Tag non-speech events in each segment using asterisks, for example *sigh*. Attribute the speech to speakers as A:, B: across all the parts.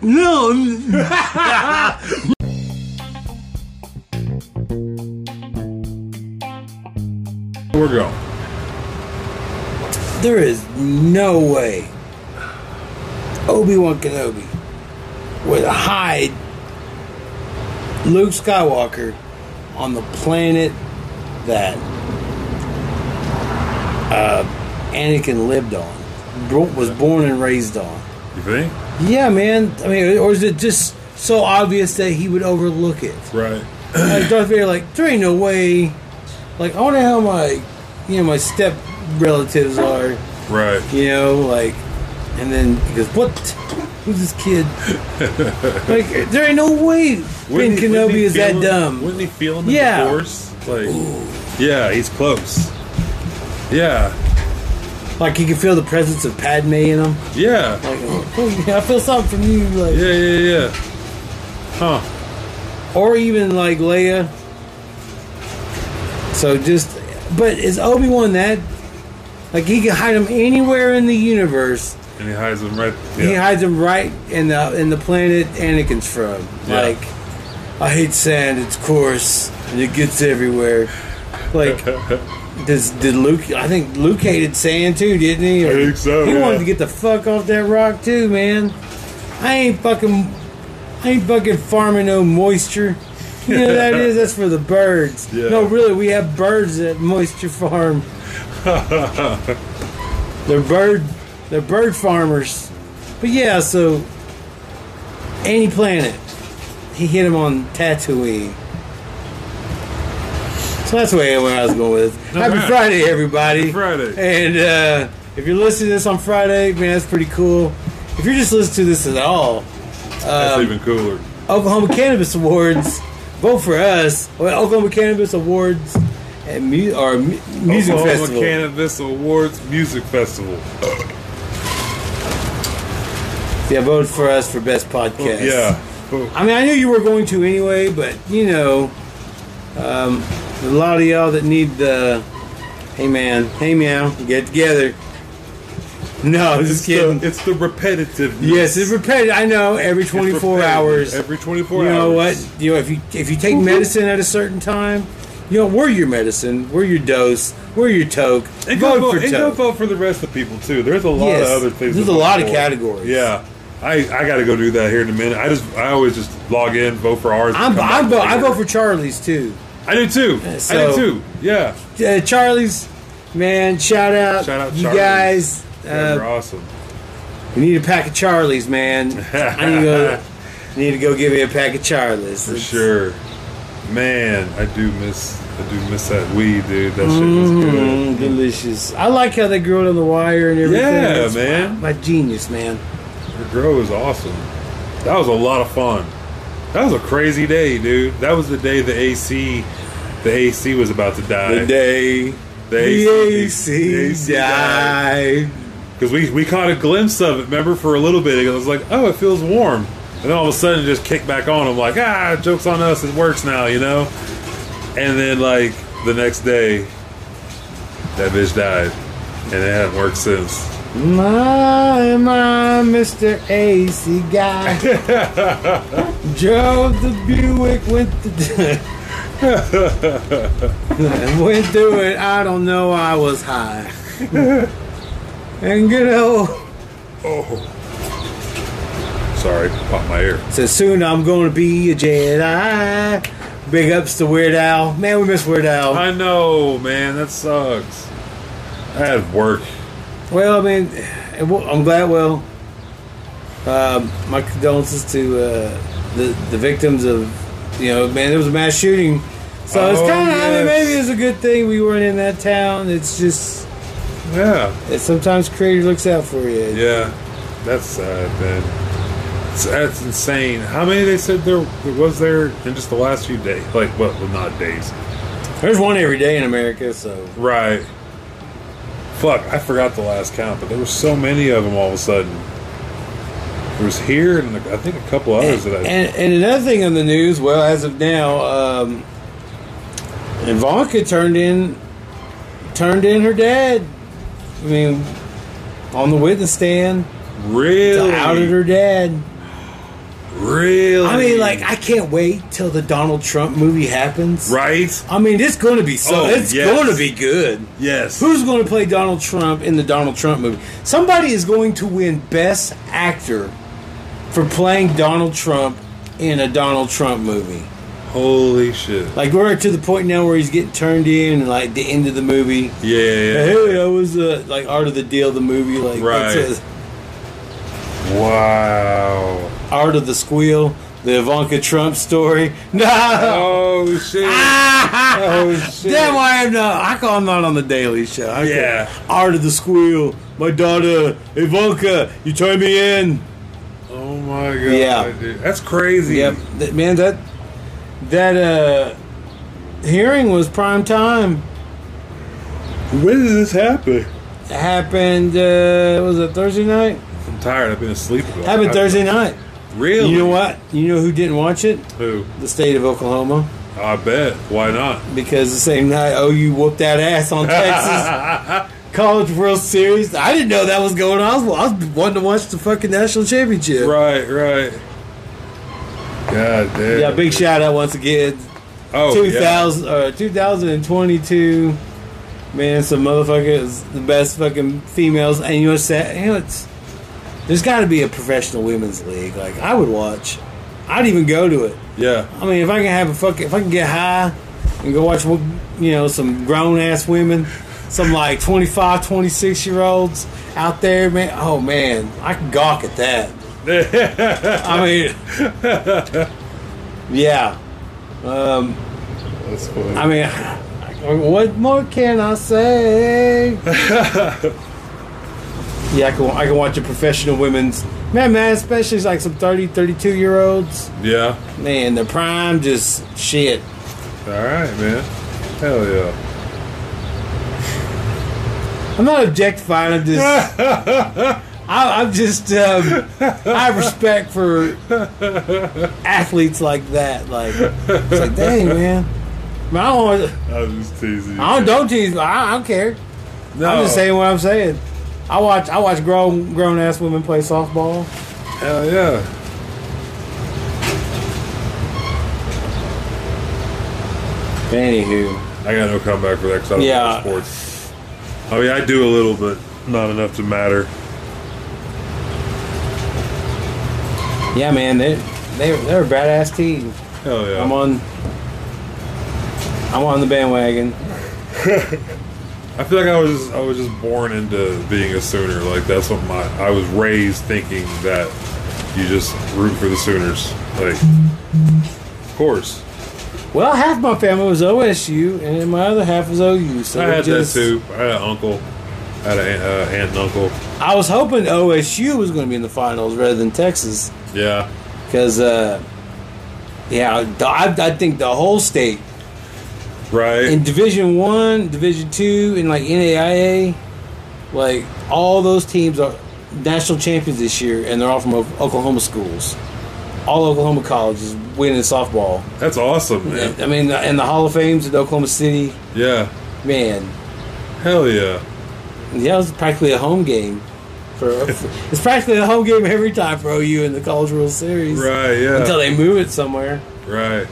A: No.
B: We're going.
A: There is no way Obi Wan Kenobi would hide Luke Skywalker on the planet that uh, Anakin lived on, bro- was born and raised on.
B: You think?
A: Yeah, man. I mean, or is it just so obvious that he would overlook it? *clears throat*
B: Right.
A: like Darth Vader, like there ain't no way. Like I wonder how my, you know, my step relatives are.
B: Right.
A: You know, like, and then he goes, "What? Who's this kid?"
B: *laughs*
A: like there ain't no way Ben
B: Wouldn't he- wouldn't
A: Kenobi
B: he
A: is
B: feel
A: that
B: him-
A: dumb.
B: Wouldn't he feel him in
A: Yeah.
B: the force? Like, yeah, he's close. Yeah,
A: Like he can feel the presence of Padme in him.
B: yeah,
A: Like, *laughs* oh, yeah, I feel something from you. Like,
B: yeah, yeah, yeah. Huh?
A: or even like Leia. So just, but is Obi Wan that? Like he can hide him anywhere in the universe.
B: And he hides him right.
A: He
B: Yeah.
A: hides him right in the in the planet Anakin's from.
B: Yeah.
A: Like, I hate sand. It's coarse and it gets everywhere.
B: *laughs*
A: Like, does did Luke? I think Luke hated sand too, didn't he?
B: I think so,
A: He
B: yeah.
A: wanted to get the fuck off that rock too, man. I ain't fucking. I ain't fucking farming no moisture. You know what
B: *laughs*
A: that is? That's for the birds.
B: Yeah.
A: No, really, we have birds at moisture
B: *laughs*
A: farm. they're bird, they're bird farmers. But yeah, so any planet, he hit him on Tatooine. So that's where where I was going with. it.
B: All
A: Happy
B: right.
A: Friday, everybody!
B: Friday.
A: And uh, if you're listening to this on Friday, man, that's pretty cool. If you're just listening to this at all, um,
B: That's even cooler.
A: Oklahoma Cannabis Awards. Vote for us. Well, Oklahoma Cannabis Awards and mu- or mu- music
B: Oklahoma
A: festival.
B: Cannabis Awards Music Festival.
A: yeah, vote for us for best podcast.
B: Yeah. Oh,
A: I mean, I knew you were going to anyway, but you know, um, a lot of y'all that need the hey man, hey meow, get together. No, I'm just
B: It's the,
A: kidding.
B: it's the repetitive.
A: yes, it's repetitive. I know every 24 hours.
B: Every 24
A: you know
B: hours.
A: what? You know if you if you take medicine at a certain time, you know we're your medicine, we're your dose, we're your toke. vote
B: And go vote,
A: for
B: and go
A: toke.
B: vote for the rest of the people too. There's a lot
A: Yes.
B: of other things.
A: There's
B: to
A: a
B: vote
A: lot of
B: for.
A: categories.
B: Yeah, I, I got to go do that here in a minute. I just I always just log in, vote for ours. and
A: I'm,
B: come back
A: I'm vote, I
B: later.
A: vote for Charlie's too.
B: I do too. I
A: So-
B: do too. Yeah,
A: Uh, Charlie's man, shout out,
B: Shout out
A: you
B: Charlie's.
A: guys.
B: yeah
A: Uh,
B: you're awesome.
A: We need a pack of Charlies, man. I need to
B: *laughs*
A: go. Need to go give me a pack of Charlies.
B: For sure, man. I do miss I do miss that weed, dude. That shit was good.
A: Mm, delicious. I like how they grew it on the wire and everything.
B: Yeah,
A: That's
B: man.
A: My, my genius, man.
B: The grow is awesome. That was a lot of fun. That was a crazy day, dude. That was the day the AC the AC was about to die.
A: day
B: The
A: the
B: the
A: AC
B: AC died.
A: died.
B: Because we, we caught a glimpse of it, remember, for a little bit. It was like, oh, it feels warm. And then all of a sudden, it just kicked back on. I'm like, ah, joke's on us. It works now, you know? And then, like, the next day, that bitch died. And it hasn't worked since.
A: My, my, Mr. AC guy. *laughs* Drove the Buick, went the. *laughs* went through it, I don't know, I was high. and good old.
B: Sorry, popped my ear.
A: So soon I'm gonna be a Jedi. Big ups to Weird Al. Man, we miss Weird Al.
B: I know, man. That sucks. I had work.
A: Well, I mean, and well, I'm glad. Well, um, my condolences to uh, the the victims of, you know, man, there was a mass shooting, so it's
B: Oh,
A: kind of. I mean,
B: yes.
A: maybe it's a good thing we weren't in that town. It's just
B: Yeah.
A: it's sometimes creator looks out for you.
B: Yeah. That's sad, man. It's- That's insane. How many they said there there was there in just the last few days? Like, what? Well, not days.
A: There's one every day in America, so
B: Right. Fuck, I forgot the last count, but there were so many of them all of a sudden. There was here and I think a couple others
A: and,
B: that I.
A: and, and another thing on the news, well, as of now, um, Ivanka turned in turned in her dad. I mean, on the witness stand,
B: really?
A: outed her dad.
B: Really?
A: I mean, like, I can't wait till the Donald Trump movie happens.
B: right?
A: I mean, it's going to be so.
B: Oh,
A: it's
B: yes.
A: going to be good.
B: Yes.
A: Who's going to play Donald Trump in the Donald Trump movie? Somebody is going to win Best Actor for playing Donald Trump in a Donald Trump movie.
B: Holy shit.
A: Like we're to the point now where he's getting turned in, and like the end of the movie.
B: Yeah.
A: Hey, I was uh, like art of the deal, the movie, like
B: Right.
A: that's
B: Wow.
A: a, art of the squeal, the Ivanka Trump story. *laughs* No,
B: Oh shit.
A: Ah.
B: Oh
A: *laughs*
B: shit.
A: That's why I'm not. I call I'm not on the Daily Show. I call-
B: Yeah.
A: Art of the squeal. My daughter Ivanka, you turned me in.
B: Oh my god.
A: Yeah.
B: dude. That's crazy.
A: Yep, that, man. That that uh hearing was prime time.
B: When did this happen?
A: It happened. Uh, was it Thursday night?
B: I'm tired. I've been asleep. About
A: Happened Thursday night.
B: Really?
A: You know what? You know who didn't watch it?
B: Who?
A: The state of Oklahoma,
B: I bet. Why not?
A: because the same night OU whooped that ass on Texas
B: *laughs*
A: College World Series. I didn't know that was going on. I was, I was wanting to watch the fucking national championship.
B: right. Right. God damn.
A: Yeah, big shout out once again.
B: Oh, yeah.
A: 2000 uh, 2022. Man, some motherfuckers, the best fucking females, and you know, what's sad- you know it's there's got to be a professional women's league. Like I would watch, I'd even go to it.
B: Yeah.
A: I mean, if I can have a fuck, if I can get high and go watch, you know, some grown ass women, some like 25, 26 year olds out there, man. Oh man, I can gawk at that. I mean, yeah. Um,
B: That's funny.
A: I mean, what more can I say? yeah, I can, I can watch a professional women's man, man, especially like some 30, 32 year olds.
B: yeah.
A: Man, the prime just shit.
B: All right, man. Hell yeah.
A: I'm not objectifying. I'm just, *laughs* I, I'm just, um, I have respect for athletes like that. Like, it's like, dang man, man I don't,
B: I'm just teasing. you.
A: I don't, don't tease. I, I don't care.
B: No.
A: I'm just saying what I'm saying. I watch, I watch grown, grown ass women play softball.
B: Hell yeah.
A: Anywho,
B: I got no comeback for that because I don't
A: Yeah.
B: watch sports. I mean, I do a little, but not enough to matter.
A: yeah, man, they, they, they're a badass team.
B: Hell yeah.
A: I'm on, I'm on the bandwagon.
B: I feel like I was just, I was just born into being a Sooner. Like that's what my I was raised thinking that you just root for the Sooners. Like, of course,
A: Well, half my family was OSU, and then my other half was OU. So
B: I
A: it
B: had
A: just,
B: that too. I had an uncle, I had an uh, aunt and uncle.
A: I was hoping OSU was going to be in the finals rather than Texas,
B: Yeah,
A: because uh, yeah, the- I, I think the whole state
B: right.
A: in Division One, Division Two, and like NAIA, like all those teams are national champions this year, and they're all from O- Oklahoma schools. All Oklahoma colleges winning softball.
B: that's awesome, man.
A: I mean, and the Hall of Fames in Oklahoma City,
B: Yeah,
A: man.
B: hell yeah.
A: Yeah, it was practically a home game. For, for- it's practically a home game every time for OU in the College World Series
B: Right,
A: until
B: yeah,
A: they move it somewhere.
B: right.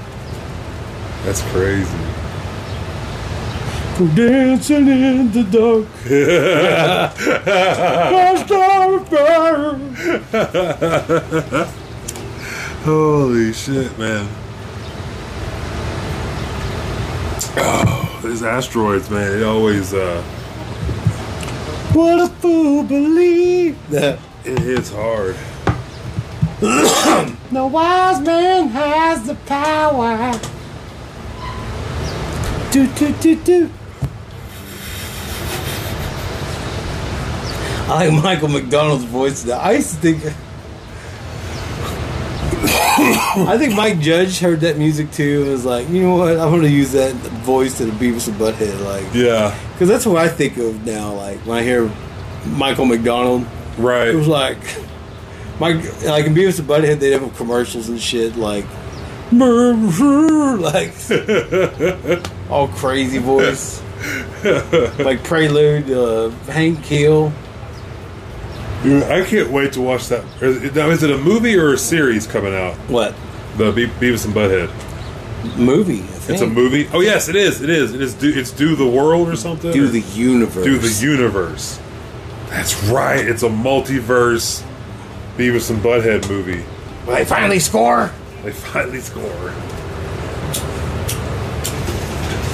B: That's crazy.
A: Dancing in the dark, I started burning.
B: Holy shit, man. *sighs* Oh, these asteroids, man. It always uh,
A: What a fool *laughs* believe that
B: it hits hard.
A: no wise man has the power. Do do do do. I like Michael McDonald's voice. now. I used to think. *coughs* I think Mike Judge heard that music too and was like, you know what? I'm gonna use that voice to the Beavis and Butthead, like,
B: Yeah,
A: because that's what I think of now. Like when I hear Michael McDonald, it was
B: right.
A: like *laughs* my like in Beavis and Butthead they'd have commercials and shit like *laughs* like all crazy
B: *laughs*
A: voice like prelude uh, Hank Hill
B: Dude, I can't wait to watch that. Is- Now, is it a movie or a series coming out?
A: What
B: The Be- Beavis and Butthead.
A: movie? I
B: It's a
A: think.
B: movie. Oh yes, it is. It is. It is. Do, it's do the world or something.
A: Do
B: or
A: the universe.
B: do the universe. That's right. It's a multiverse Beavis and Butthead movie.
A: they finally score.
B: They finally score.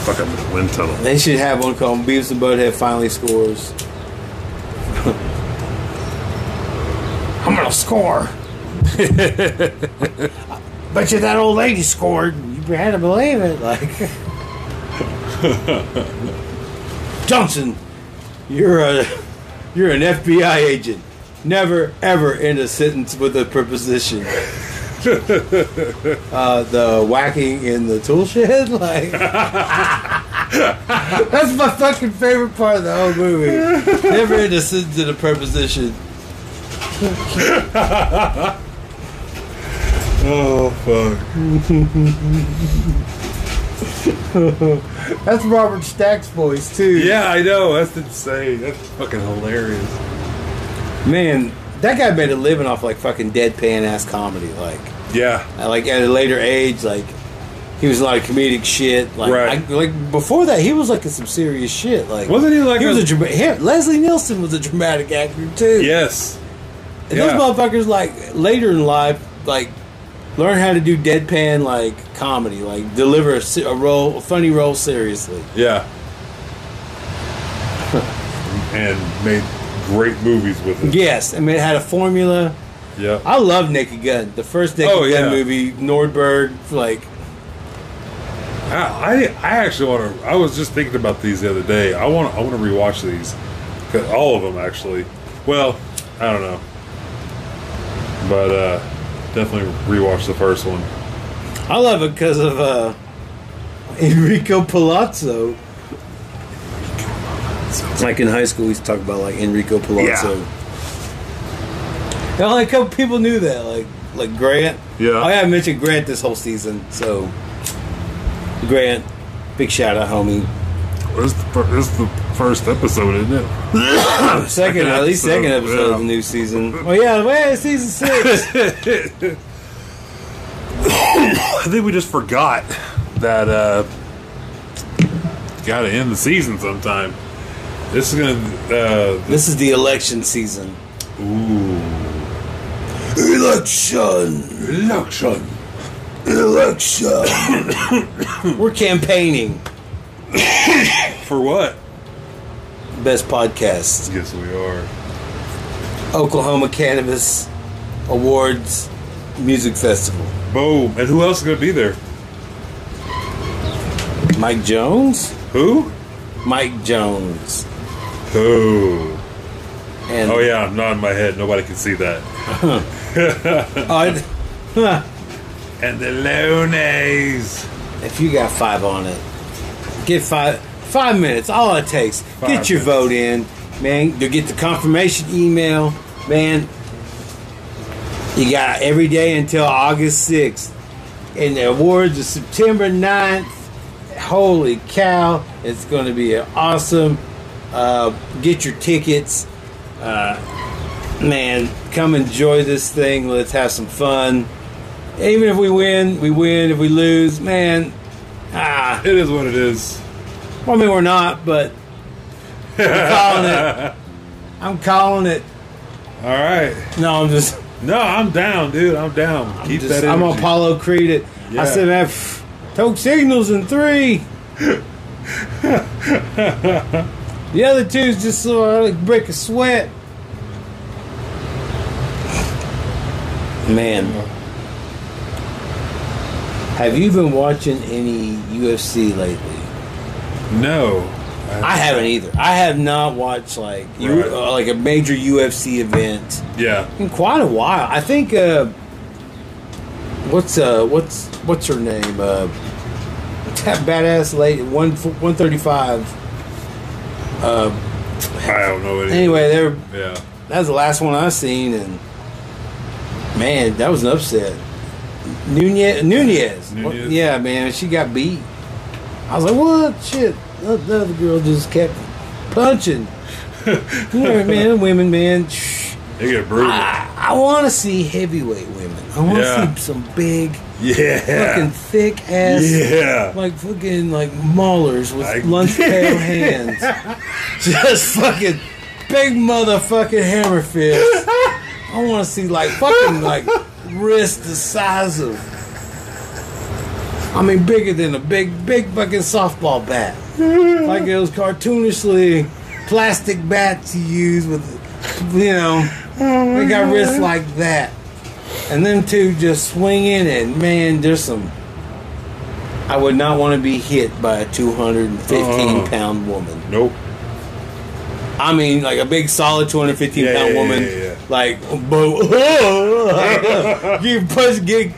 B: Fuck up the wind tunnel.
A: They should have one called Beavis and Butthead finally scores. *laughs* I'm gonna score. *laughs* Bet you that old lady scored. You had to believe it. Like *laughs* Johnson, you're a you're an FBI agent. Never ever end a sentence with a *laughs* preposition. uh, the whacking in the tool shed, *laughs* like. That's my fucking favorite part of the whole movie.
B: *laughs*
A: Never in a sentence in a preposition.
B: Oh fuck.
A: That's Robert Stack's voice too.
B: Yeah, I know. That's insane. That's fucking hilarious.
A: Man, that guy made a living off like fucking deadpan ass comedy. Like,
B: Yeah.
A: like at a later age, like he was a lot of comedic shit. Like,
B: Right.
A: I, like before that, he was like in some serious shit. Like,
B: Wasn't he like
A: he was
B: a-
A: a, drama- him, Leslie Nielsen was a dramatic actor too.
B: *laughs* Yes.
A: And
B: Yeah.
A: Those motherfuckers, like later in life, like learn how to do deadpan like comedy, like deliver a, se- a role, a funny role seriously.
B: Yeah. *laughs* and made great movies with it.
A: Yes, I mean it had a formula.
B: Yeah.
A: I love Naked Gun. The first Naked
B: Oh, yeah.
A: Gun movie, Nordberg, like
B: I, I, I actually want to. I was just thinking about these the other day. I want I want to rewatch these, 'Cause all of them actually. Well, I don't know, but uh, definitely rewatch the first one.
A: I love it because of uh, Enrico Palazzo. Like in high school, we used to talk about like Enrico Palazzo. And only a couple people knew that, like like Grant.
B: Yeah.
A: Oh yeah, I mentioned Grant this whole season. So Grant, big shout out,
B: *coughs*
A: homie.
B: This the, fir- this the first episode, isn't it?
A: Second, at least
B: episode,
A: second episode
B: yeah.
A: of the new
B: *laughs*
A: season. Oh yeah, well, it's season six.
B: I think we just forgot that uh got to end the season sometime. This is gonna. Uh,
A: this is the election season.
B: ooh,
A: Election,
B: election.
A: election. *coughs* We're campaigning.
B: For what?
A: Best podcast.
B: Yes, we are.
A: Oklahoma Cannabis Awards Music Festival.
B: Boom. And who else is gonna be there?
A: Mike Jones?
B: Who?
A: Mike Jones.
B: Who?
A: And
B: Oh yeah, I'm nodding my head. Nobody can see that.
A: uh, *laughs* huh,
B: And the Lones.
A: if you got five on it, get five five minutes, all it takes.
B: Five
A: get your vote in. Man, you get the confirmation email. Man, you got every day until August 6th. And the awards are September 9th. Holy cow, it's going to be an awesome. Uh, get your tickets. Uh, man, come enjoy this thing. Let's have some fun. Even if we win, we win. If we lose, man, ah,
B: It is what it is.
A: well, I mean, we're not, but
B: *laughs*
A: I'm calling it. I'm calling it.
B: All right.
A: No, I'm just.
B: No, I'm down, dude. I'm down.
A: I'm,
B: Keep
A: just,
B: that.
A: I'm
B: Energy.
A: Apollo Creed. It.
B: Yeah.
A: I said, man, pff, toke signals in
B: *laughs*
A: three. the other two's just so I break a sweat. Man, have you been watching any UFC lately?
B: No.
A: I haven't either. I have not watched like you,
B: Right.
A: uh, like a major UFC event
B: Yeah.
A: in quite a while. I think uh, what's uh, what's what's her name? Uh, *laughs* that badass lady one one thirty five.
B: I don't know any.
A: Anyway, there
B: Yeah.
A: that was the last one I seen, and man, that was an upset. Nunez, Nunez, What-
B: Nunez.
A: yeah, man, she got beat. I was like, what shit? The the
B: *laughs*
A: other girl just kept punching. you know, man, women, man. shh.
B: They get brutal.
A: I, I want to see heavyweight women. I want to
B: Yeah.
A: see some big, fucking
B: yeah.
A: thick ass,
B: Yeah.
A: like fucking like maulers with
B: Like-
A: lunch pail hands, just fucking big motherfucking hammer fists. I want to see like fucking like wrist the size of. I mean, bigger than a big, big fucking softball bat. like it was cartoonishly plastic bats you use with, you know, they got wrists like that. And them two just swinging, and man, there's some. I would not want to be hit by a 215
B: Uh-uh.
A: pound woman.
B: Nope.
A: I mean, like a big, solid 215
B: Yeah,
A: pound
B: yeah, yeah,
A: woman.
B: yeah, yeah.
A: Like, but *laughs* you push, get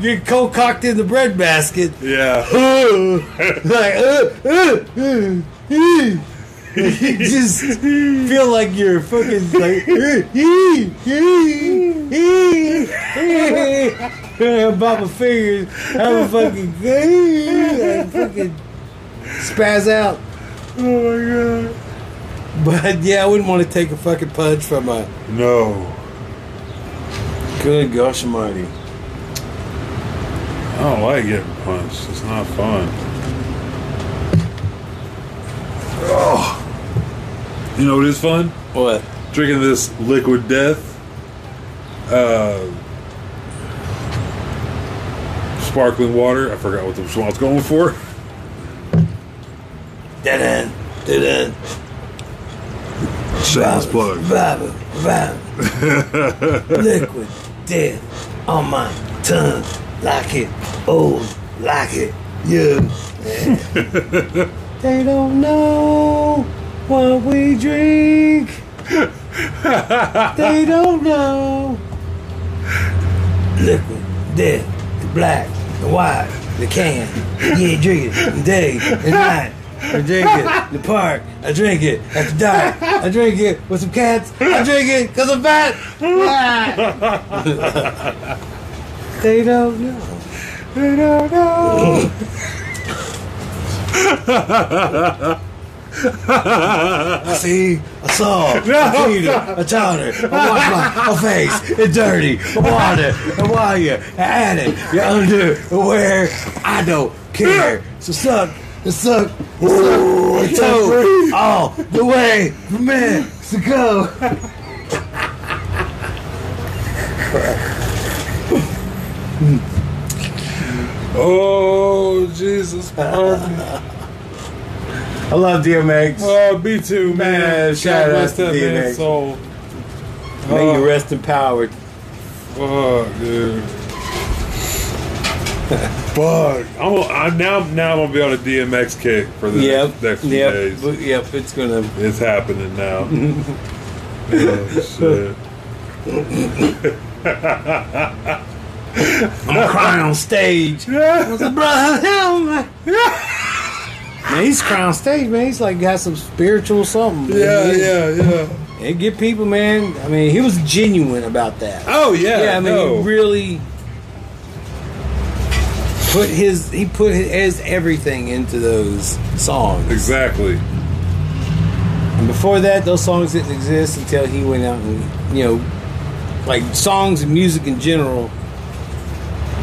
A: get co-cocked in the bread basket.
B: Yeah.
A: *laughs* like, uh, uh, uh, uh. *laughs* You just feel like you're fucking like uh, ee, ee, ee, *laughs* ee. Baba fingers have a fucking uh, like, fucking spaz out.
B: Oh my god.
A: But yeah, I wouldn't want to take a fucking punch from a
B: No.
A: good gosh almighty.
B: I don't like getting punched. It's not fun. Oh. Oh. You know what is fun?
A: What?
B: Drinking this liquid death. Uh, sparkling water. I forgot what the what I was going for.
A: Da-da, da-da,
B: Shameless plug.
A: Baba, Baba. Liquid death on my tongue. Like it, old, like it, young. they don't know what we drink. they don't know. Liquid death, the black, the white, the can. Yeah, drink it day and night. I drink it in the park. I drink it at the dark. I drink it with some cats. I drink it because I'm fat. they don't know.
B: They don't know.
A: I see, I *laughs* saw, I feed her, I taught her, *laughs* I washed my, my face, it's dirty, I water, I wire, I add it, you're underwear, I don't care. So suck, and suck, and suck, and toe, all the way from man to go.
B: Oh, Jesus
A: *laughs* Oh,
B: fucking.
A: I love DMX.
B: Oh, me too, man.
A: Man,
B: God
A: shout out
B: rest
A: to
B: that man's
A: DMX.
B: soul.
A: May
B: Oh.
A: you rest empowered.
B: Fuck, dude. Fuck. I'm, I'm now. Now I'm gonna be on a DMX kick for the
A: Yep,
B: next few
A: yep,
B: days.
A: but- yep, it's gonna.
B: It's
A: *laughs*
B: happening now. oh shit. *laughs*
A: I'm crying on stage.
B: Yeah.
A: was a brother. man, *laughs* he's crown stage, man. He's like got some spiritual something.
B: Yeah,
A: man.
B: yeah, yeah.
A: It get people, man. I mean, he was genuine about that.
B: Oh yeah.
A: yeah, I mean,
B: no.
A: he really put his he put his everything into those songs.
B: exactly.
A: And before that, those songs didn't exist until he went out and, you know, like songs and music in general.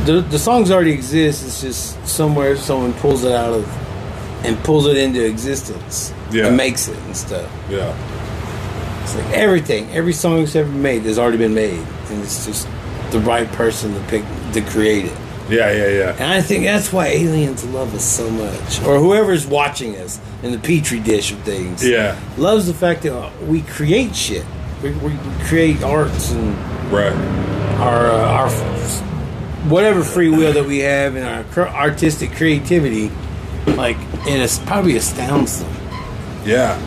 A: The, the songs already exist. It's just somewhere someone pulls it out of and pulls it into existence
B: Yeah.
A: and makes it and stuff.
B: Yeah.
A: It's like everything, every song that's ever made has already been made, and it's just the right person to pick to create it.
B: Yeah, yeah, yeah.
A: And I think that's why aliens love us so much, or whoever's watching us in the petri dish of things
B: Yeah.
A: loves the fact that we create shit. We, we create arts and
B: Right.
A: our uh, our f- whatever free will that we have and our cr- artistic creativity, like and it's probably astounds them.
B: Yeah.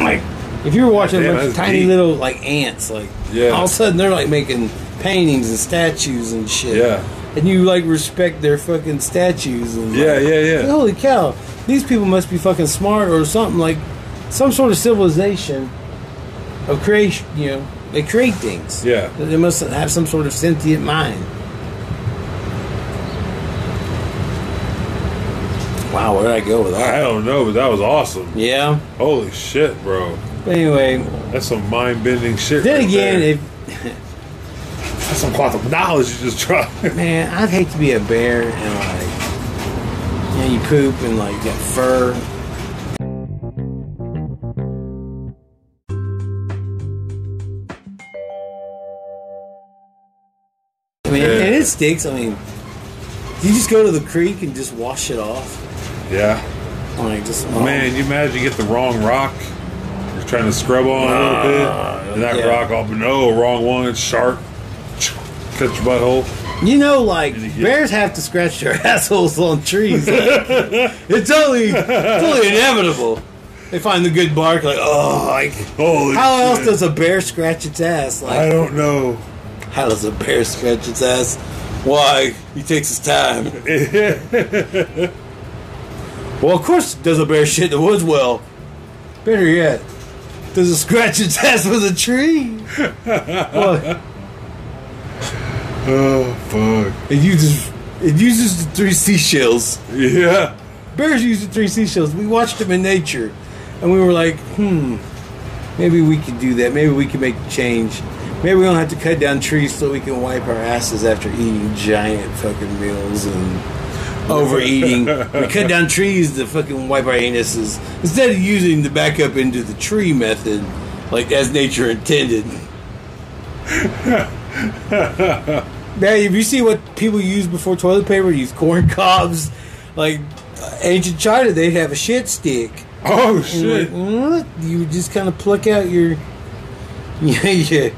A: Like if you were watching
B: Damn,
A: a bunch of
B: that's
A: tiny
B: deep.
A: little like ants, like
B: Yeah.
A: all of a sudden they're like making paintings and statues and shit.
B: Yeah.
A: And you like respect their fucking statues and
B: Yeah,
A: like,
B: yeah, yeah.
A: Holy cow! These people must be fucking smart or something like some sort of civilization of creation. You know, they create things.
B: Yeah.
A: they must have some sort of sentient mind. Wow, where did I go with
B: I
A: that?
B: don't know, but that was awesome.
A: Yeah,
B: Holy shit, bro.
A: But anyway,
B: That's some mind bending shit.
A: then
B: right
A: again,
B: there.
A: if
B: that's some cloth of knowledge you just dropped.
A: man, I'd hate to be a bear and like, you know, you poop and like you got fur. I mean,
B: Yeah.
A: and it stinks. I mean, do you just go to the creek and just wash it off?
B: *laughs* yeah,
A: Like, just oh,
B: man. You imagine you get the wrong rock. You're trying to scrub on a little bit, and that
A: yeah.
B: rock up. No, wrong one. Sharp. Cut your butthole.
A: You know, like
B: Did he get-
A: bears have to scratch their *laughs* assholes on trees. Like, it's only, it's only inevitable. They find the good bark, like oh, like
B: Holy
A: how else
B: shit.
A: does a bear scratch its ass?
B: I
A: Like
B: don't know.
A: how does a bear scratch its ass? Why he takes his
B: *laughs*
A: time. well, of course, does a bear shit in the woods? Well, better yet, does it scratch its ass with a
B: *laughs*
A: tree? well,
B: Oh fuck.
A: it uses it uses the three seashells.
B: Yeah.
A: Bears use the three seashells. We watched them in nature, and we were like, hmm, maybe we could do that. Maybe we can make a change. Maybe we don't have to cut down trees so we can wipe our asses after eating giant fucking meals and overeating. we cut down trees to fucking wipe our anuses instead of using the backup into the tree method, like as nature intended. Now, if you see what people use before toilet paper, use corn cobs. Like uh, ancient China, they'd have a shit stick. *laughs*
B: Oh
A: And
B: shit.
A: like, what? You would just kind of pluck out your. *laughs* Yeah, yeah.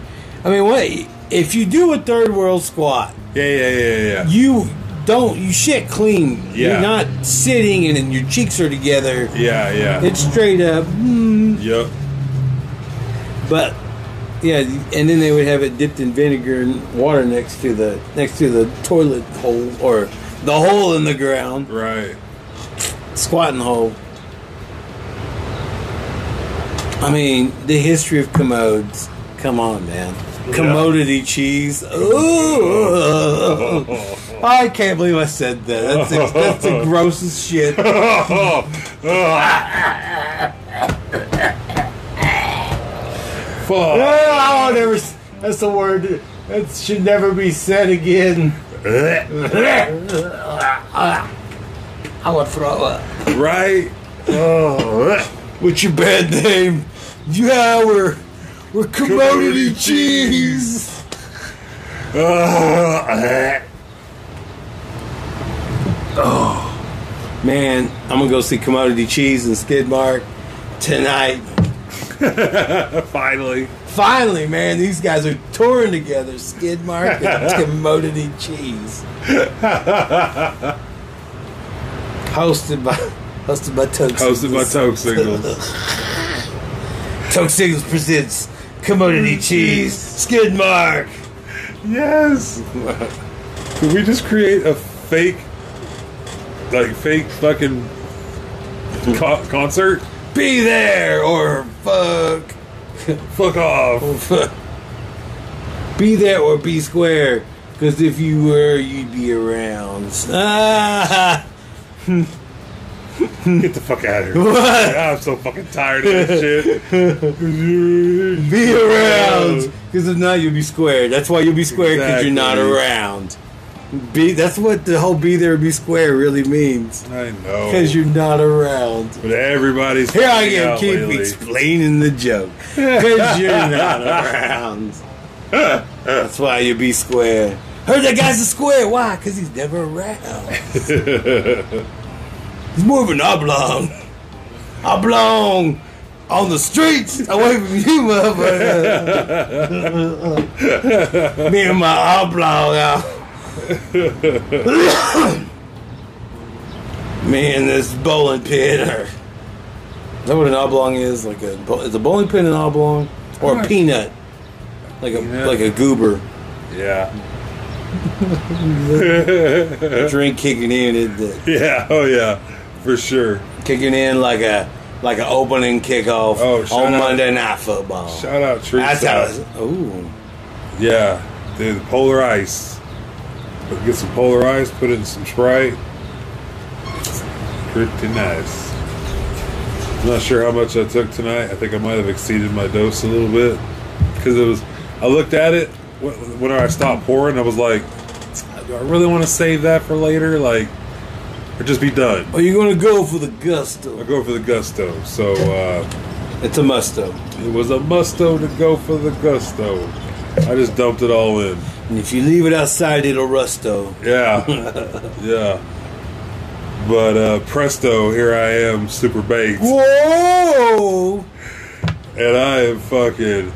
A: I mean, what? If you do a third world squat,
B: Yeah, yeah, yeah, yeah.
A: you don't. You shit clean.
B: Yeah.
A: You're not sitting and then your cheeks are together.
B: Yeah, yeah.
A: It's straight up. hmm.
B: Yep.
A: But yeah, and then they would have it dipped in vinegar and water next to the next to the toilet hole or the hole in the ground,
B: Right.
A: squatting hole. I mean, the history of commodes. Come on, man. Commodity *laughs* cheese. Ooh. I can't believe I said that. That's the, that's *laughs* the grossest shit. Oh,
B: Fuck.
A: Oh, never. s- That's a word that should never be said *laughs* again. I would throw up.
B: Right?
A: What's your bad name? Yeah, we're we're commodity cheese. Man, I'm gonna go see Commodity Cheese in Skidmark tonight.
B: Finally.
A: *laughs* Finally, man, these guys are touring together. Skidmark and Commodity Cheese. hosted by hosted by Toad
B: Hosted by Toke Signals.
A: Toke Signals presents Commodity Cheese Skidmark.
B: Yes. Could we just create a fake, like fake fucking co- concert?
A: Be there or fuck.
B: Fuck off.
A: *laughs* be there or be square. Because if you were, you'd be around. *laughs* Ah,
B: Get the fuck out of here. I'm so fucking tired of this
A: *laughs*
B: shit.
A: be around. Because if not, you'll be square. That's why you'll be square because you're not
B: Exactly.
A: around. Be that's what the whole be there or be square really means.
B: I know.
A: Because you're not around.
B: But everybody's
A: Here I
B: finding
A: am,
B: out
A: keep
B: lately.
A: explaining the *laughs* joke. Because you're not around. That's why you be square. Heard that guy's a square. Why? Because he's never *laughs* around. he's more of an oblong. Oblong on the streets away from you, motherfucker. Me and my oblong out. Me and this bowling pin are. Is that what an oblong is? Like a bo- is a bowling pin an oblong or a
B: Right.
A: peanut? Like a
B: Peanut.
A: like a goober.
B: Yeah.
A: Drink kicking in it, the-
B: *laughs* Yeah. Oh yeah. For sure.
A: kicking in like a like an opening kickoff
B: Oh, shout
A: on
B: out-
A: Monday night football.
B: Shout out Tree
A: That's how.
B: Stump.
A: It's, ooh,
B: Yeah, dude, the polar ice. Get some polar ice, put in some Sprite. Pretty nice. I'm not sure how much I took tonight. I think I might have exceeded my dose a little bit because it was. I looked at it wh- whenever I stopped pouring. I was like, do I really want to save that for later? Like, or just be done?
A: Are you gonna go for the
B: I
A: gusto?
B: go for the gusto. So uh,
A: It's a musto.
B: it was a musto to go for the gusto. I just dumped it all in.
A: And if you leave it outside, it'll rusto.
B: Yeah, yeah. But uh, presto, here I am, super baked,
A: Whoa!
B: and I am fucking.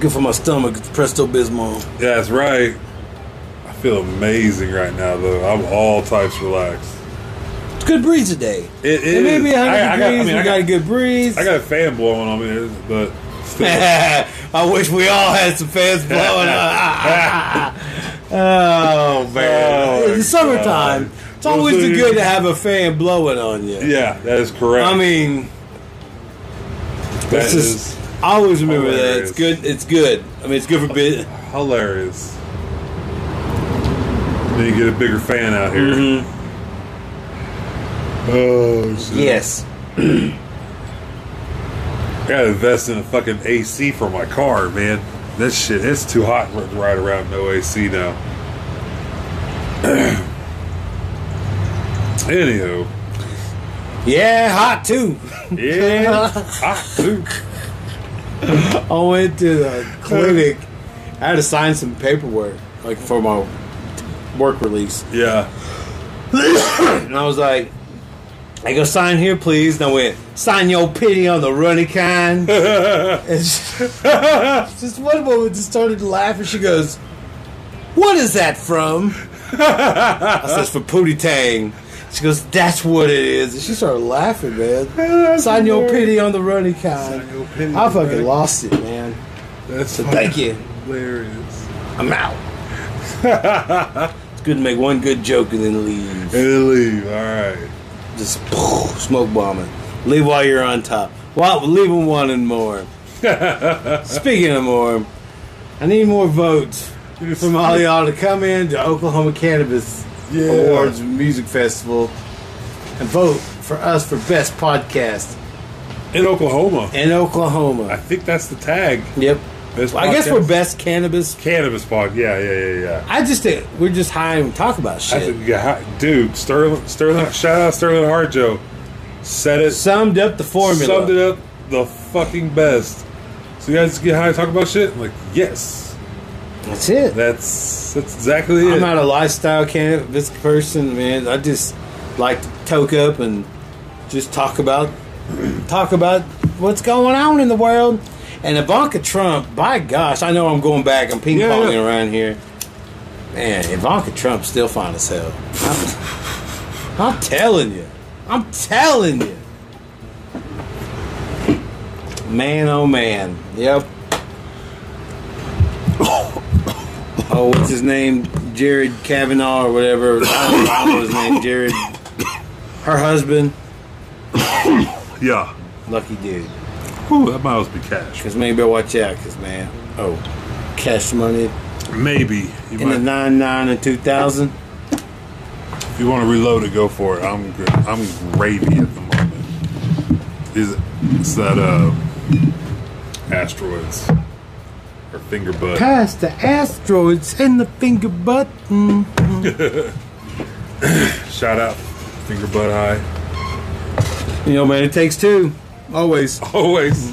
A: Good for my stomach. It's Presto Bismol.
B: Yeah, that's right. I feel amazing right now, though. I'm all types relaxed.
A: It's good breeze today. It
B: It is.
A: may be 100
B: I, I got, I
A: degrees.
B: mean, I
A: we got, a
B: got,
A: good breeze. *laughs*
B: I got a fan blowing on me, but still.
A: I wish we all had some fans blowing. Ah, ah, ah, *laughs* ah. oh man!
B: *laughs* Oh,
A: it's summertime.
B: God.
A: It's always
B: Those are-
A: good to have a fan blowing on you.
B: yeah, that is correct.
A: I mean,
B: that
A: this is.
B: is
A: I always remember that.
B: hilarious.
A: It's good. It's good. I mean, it's good for bit.
B: hilarious. Then you get a bigger fan out here.
A: Mm-hmm.
B: Oh, shit.
A: Yes.
B: I gotta invest in a fucking AC for my car, man. That shit, it's too hot to ride around no AC now. *clears throat* Anywho,
A: Yeah, hot too.
B: yeah, *laughs* hot too.
A: I went to
B: *laughs*
A: the clinic. I had to sign some paperwork, like for my work release.
B: Yeah,
A: And I was like, I go sign here, please. And I went, sign your pity on the runny
B: *laughs*
A: kind. and she, *laughs* just one woman just started laughing. She goes, What is that from? I said, "It's for Pootie Tang. She goes, That's what it is. And she started laughing, man.
B: *laughs* That's
A: sign your
B: hilarious.
A: pity on the runny kind.
B: Sign your pity
A: I
B: on the
A: fucking
B: runny-
A: lost it, man.
B: that's
A: So thank
B: fucking
A: you.
B: Hilarious.
A: I'm out. it's good to make one good joke and then leave.
B: And then leave. All right.
A: just smoke bombing. Leave while you're on top. Well, leave them wanting
B: *laughs*
A: more. Speaking of more, I need more votes from all y'all to come in to Oklahoma Cannabis
B: Yeah.
A: Awards Music Festival and vote for us for best podcast
B: In Oklahoma,
A: in
B: I
A: Oklahoma.
B: think that's the tag.
A: Yep.
B: Best
A: Well, I guess
B: podcast-
A: we're best cannabis.
B: cannabis pod. Yeah, yeah, yeah, yeah.
A: I just think we're just high and we talk about
B: I
A: shit.
B: think, yeah, dude, Sterling, Sterling, shout out Sterling Harjo. Said it
A: Summed up the formula.
B: Summed it up the fucking best. So you guys get high and talk about shit? I'm like, yes.
A: That's it.
B: That's that's exactly it.
A: I'm not a lifestyle cannabis person, man. I just like to toke up and just talk about talk about what's going on in the world. And Ivanka Trump, by gosh, I know I'm going back. I'm ping
B: Yeah,
A: ponging
B: yeah.
A: around here. Man, Ivanka Trump's still fine as hell. I'm, I'm telling you. I'm telling you. Man, oh man. Yep. *coughs* oh, what's his name? Jared Kavanaugh or whatever. I don't know his name. Jared. Her husband.
B: yeah.
A: Lucky dude.
B: Whew, that might as well be cash.
A: Because maybe watch out, because man. Oh. Cash money
B: Maybe. You
A: in the
B: might,
A: 9 9 and 2000.
B: if you want to reload it, go for it. I'm gr- I'm gravy at the moment. Is it, it's that uh asteroids or finger butt?
A: Past the asteroids and the finger button.
B: Shout out finger butt high. *laughs*
A: You know, man, it takes two. Always.
B: Always.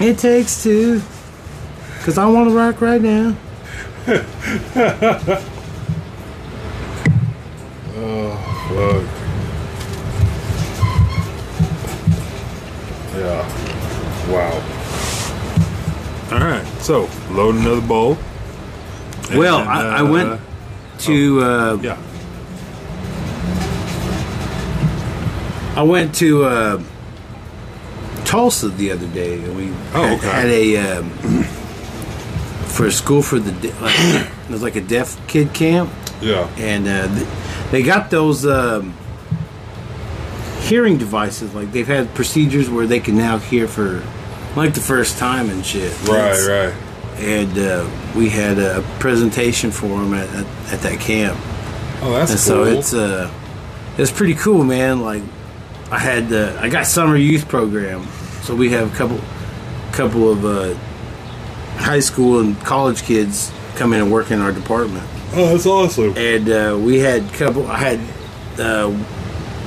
A: It takes two. Because I want to rock right now.
B: Fuck. Yeah. Wow. All right. So load another bowl. And,
A: Well, I, I
B: uh,
A: went to uh,
B: Yeah.
A: I went to uh, Tulsa the other day, and we
B: Oh,
A: had,
B: okay.
A: had a um, *clears throat* for a school for the de- like, it was like a deaf kid camp,
B: Yeah.
A: and uh, th- they got those um, hearing devices. Like they've had procedures where they can now hear for like the first time and shit. It's-
B: Right. Right.
A: And uh, we had a presentation for them at, at, at that camp
B: Oh, that's
A: and uh, so
B: cool.
A: it's uh it's pretty cool man like I had the I got summer youth program, so we have a couple couple of uh, high school and college kids come in and work in our department,
B: Oh, that's awesome.
A: and uh, we had couple I had a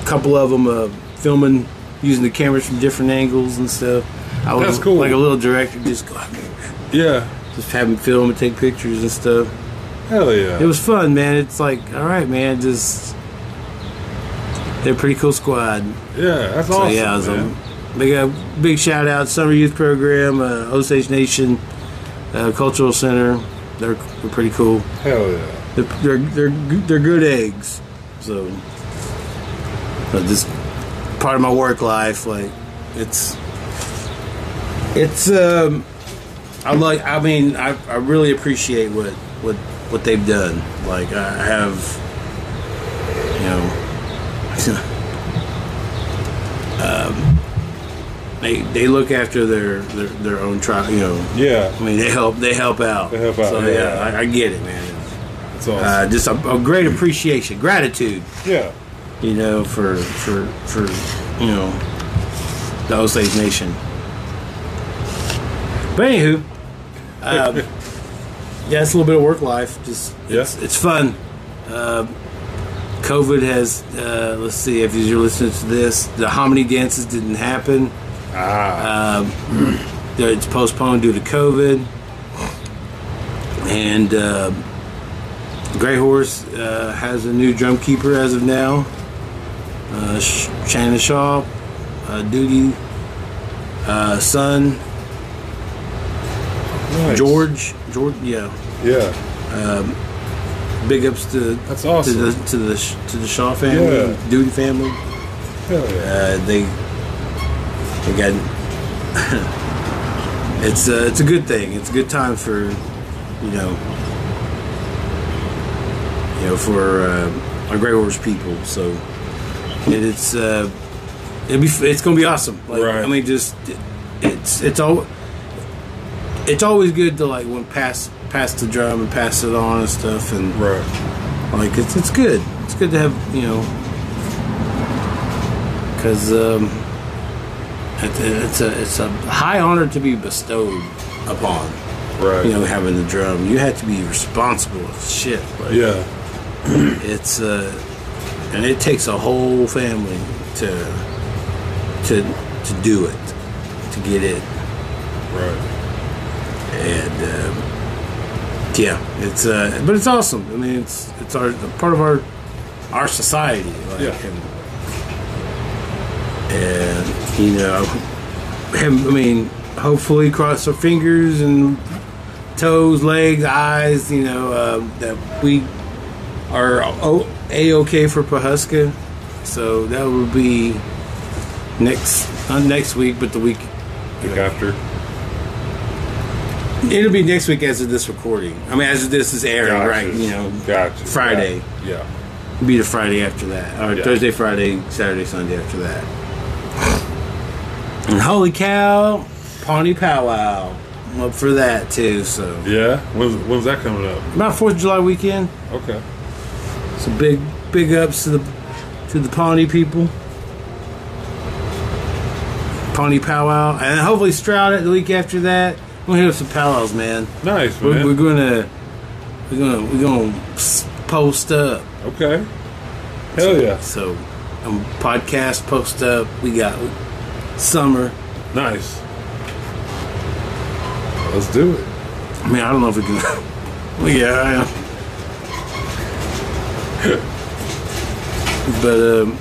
A: couple of them uh, filming using the cameras from different angles and stuff. I was
B: That's cool.
A: Like a little director, just go,
B: Yeah.
A: just have them film and take pictures and stuff.
B: Hell yeah.
A: It was fun, man. It's like, all right, man, just they're a pretty cool squad.
B: yeah, that's
A: So
B: awesome.
A: yeah, it was
B: man.
A: a big uh, big shout out Summer Youth Program, uh, Osage Nation uh, Cultural Center. They're, they're pretty cool.
B: Hell yeah.
A: They're they're they're, g- they're good eggs. So, but this part of my work life, like it's it's um I like I mean I, I really appreciate what what what they've done. Like I have you know um *laughs* um, they they look after their their, their own tribe. You know
B: Yeah,
A: I mean they help they help out.
B: They help out,
A: So
B: yeah.
A: yeah, I, I get it, man
B: that's awesome.
A: uh, just a, a great appreciation, gratitude,
B: yeah.
A: you know, for for for you know the Osage Nation. But anywho,
B: *laughs*
A: um, *laughs* yeah, it's a little bit of work life. Just
B: Yeah.
A: it's, it's fun. Uh, COVID has uh, let's see if you're listening to this, the hominy dances didn't happen. Um,
B: Ah.
A: It's postponed due to COVID. And uh, Grey Horse uh, has a new drum keeper as of now. Uh, Sh- Shannon Shaw, uh, Duty, uh, son
B: nice.
A: George, George, yeah.
B: Yeah.
A: Big ups to
B: That's
A: to
B: awesome.
A: the to the Sh- to the Shaw family,
B: Yeah.
A: Duty family.
B: Hell yeah.
A: Uh, they they got *laughs* it's a, it's a good thing. It's a good time for you know you know for uh, our Grey Horse people. So and it's uh, it'll be it's gonna be awesome. Like,
B: Right.
A: I mean, just it's it's all it's always good to like when pass pass the drum and pass it on and stuff and
B: Right.
A: like it's it's good. It's good to have you know, because um, it, it's a it's a high honor to be bestowed upon.
B: Right.
A: You know, having the drum, you have to be responsible as shit. Like,
B: yeah.
A: It's uh, and it takes a whole family to to to do it, to get it,
B: Right.
A: and uh, yeah, it's uh, but it's awesome. I mean, it's it's our part of our our society. Like,
B: Yeah.
A: And, and, you know, him- I mean, hopefully, cross our fingers and toes, legs, eyes. You know uh, that we are a okay for Pahuska. So that will be next not next week, but the week
B: Like after.
A: It'll be next week as of this recording. I mean, as of this is airing,
B: Gotcha.
A: right? You know,
B: Gotcha.
A: Friday.
B: Yeah.
A: it'll be the Friday after that, or
B: Yeah.
A: Thursday, Friday, Saturday, Sunday after that. And holy cow, Pawnee Powwow! I'm up for that too. So
B: Yeah. yeah. When's, when's that coming up?
A: about Fourth of July weekend.
B: Okay.
A: So big, big ups to the to the Pawnee people. Pawnee Powwow, and hopefully Stroud at the week after that. We'll hit up some powwows, man.
B: Nice,
A: We're,
B: man.
A: we're gonna we're gonna we're gonna s- post up.
B: okay. Hell yeah.
A: So um, podcast post up. We got summer.
B: Nice. Let's do it.
A: I mean, I don't know if we can. *laughs* yeah. I- *laughs* but um,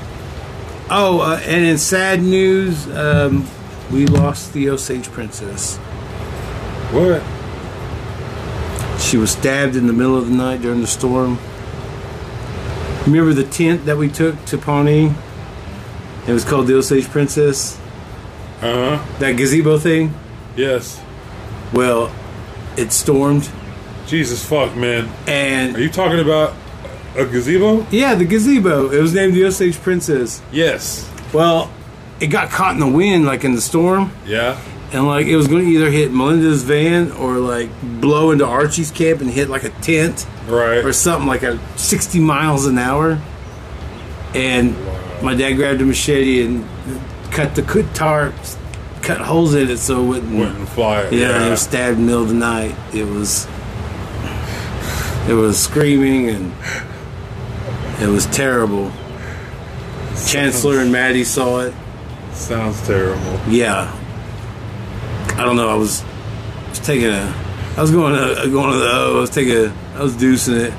A: oh, uh, and in sad news, um, we lost the Osage princess.
B: What?
A: She was stabbed in the middle of the night during the storm. Remember the tent that we took to Pawnee? It was called the Osage Princess.
B: Uh huh.
A: That gazebo thing?
B: Yes.
A: Well, it stormed.
B: Jesus fuck, man. Are
A: And
B: you talking about a gazebo?
A: yeah, the gazebo. It was named the Osage Princess.
B: Yes.
A: Well, it got caught in the wind, like in the storm.
B: Yeah.
A: And like it was going to either hit Melinda's van or like blow into Archie's camp and hit like a tent.
B: Right.
A: or something like a 60 miles an hour and My dad grabbed a machete and cut the cut tar, cut holes in it so it wouldn't.
B: Went and fly.
A: Yeah, he was stabbed in the middle of the night. It was it was screaming and it was terrible. Chancellor and Maddie saw it.
B: sounds terrible.
A: Yeah. I don't know, I was, I was taking a I was going to going to the O, I was taking a I was deucing it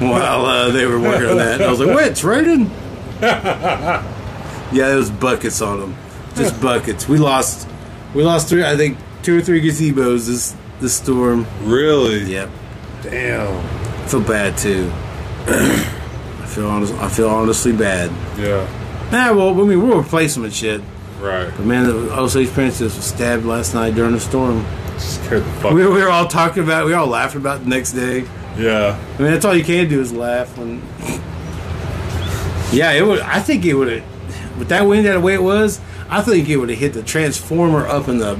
A: while uh, they were working on that. And I was like, Wait, it's raining *laughs* Yeah, it was buckets on them. Just buckets. We lost we lost three I think two or three gazebos this this storm.
B: Really?
A: Yep.
B: Damn.
A: I feel bad too. *clears throat* I feel honest, I feel honestly bad.
B: Yeah.
A: Nah, well, I mean, we'll replace them and shit.
B: Right.
A: But man, the Osage Princess was stabbed last night during a storm.
B: Scared the fuck.
A: *laughs* We, we were all talking about, it, we all laughed about it the next day.
B: yeah.
A: I mean, that's all you can do is laugh. When, yeah, it would. I think it would have, with that wind that way it was. I think it would have hit the transformer up in the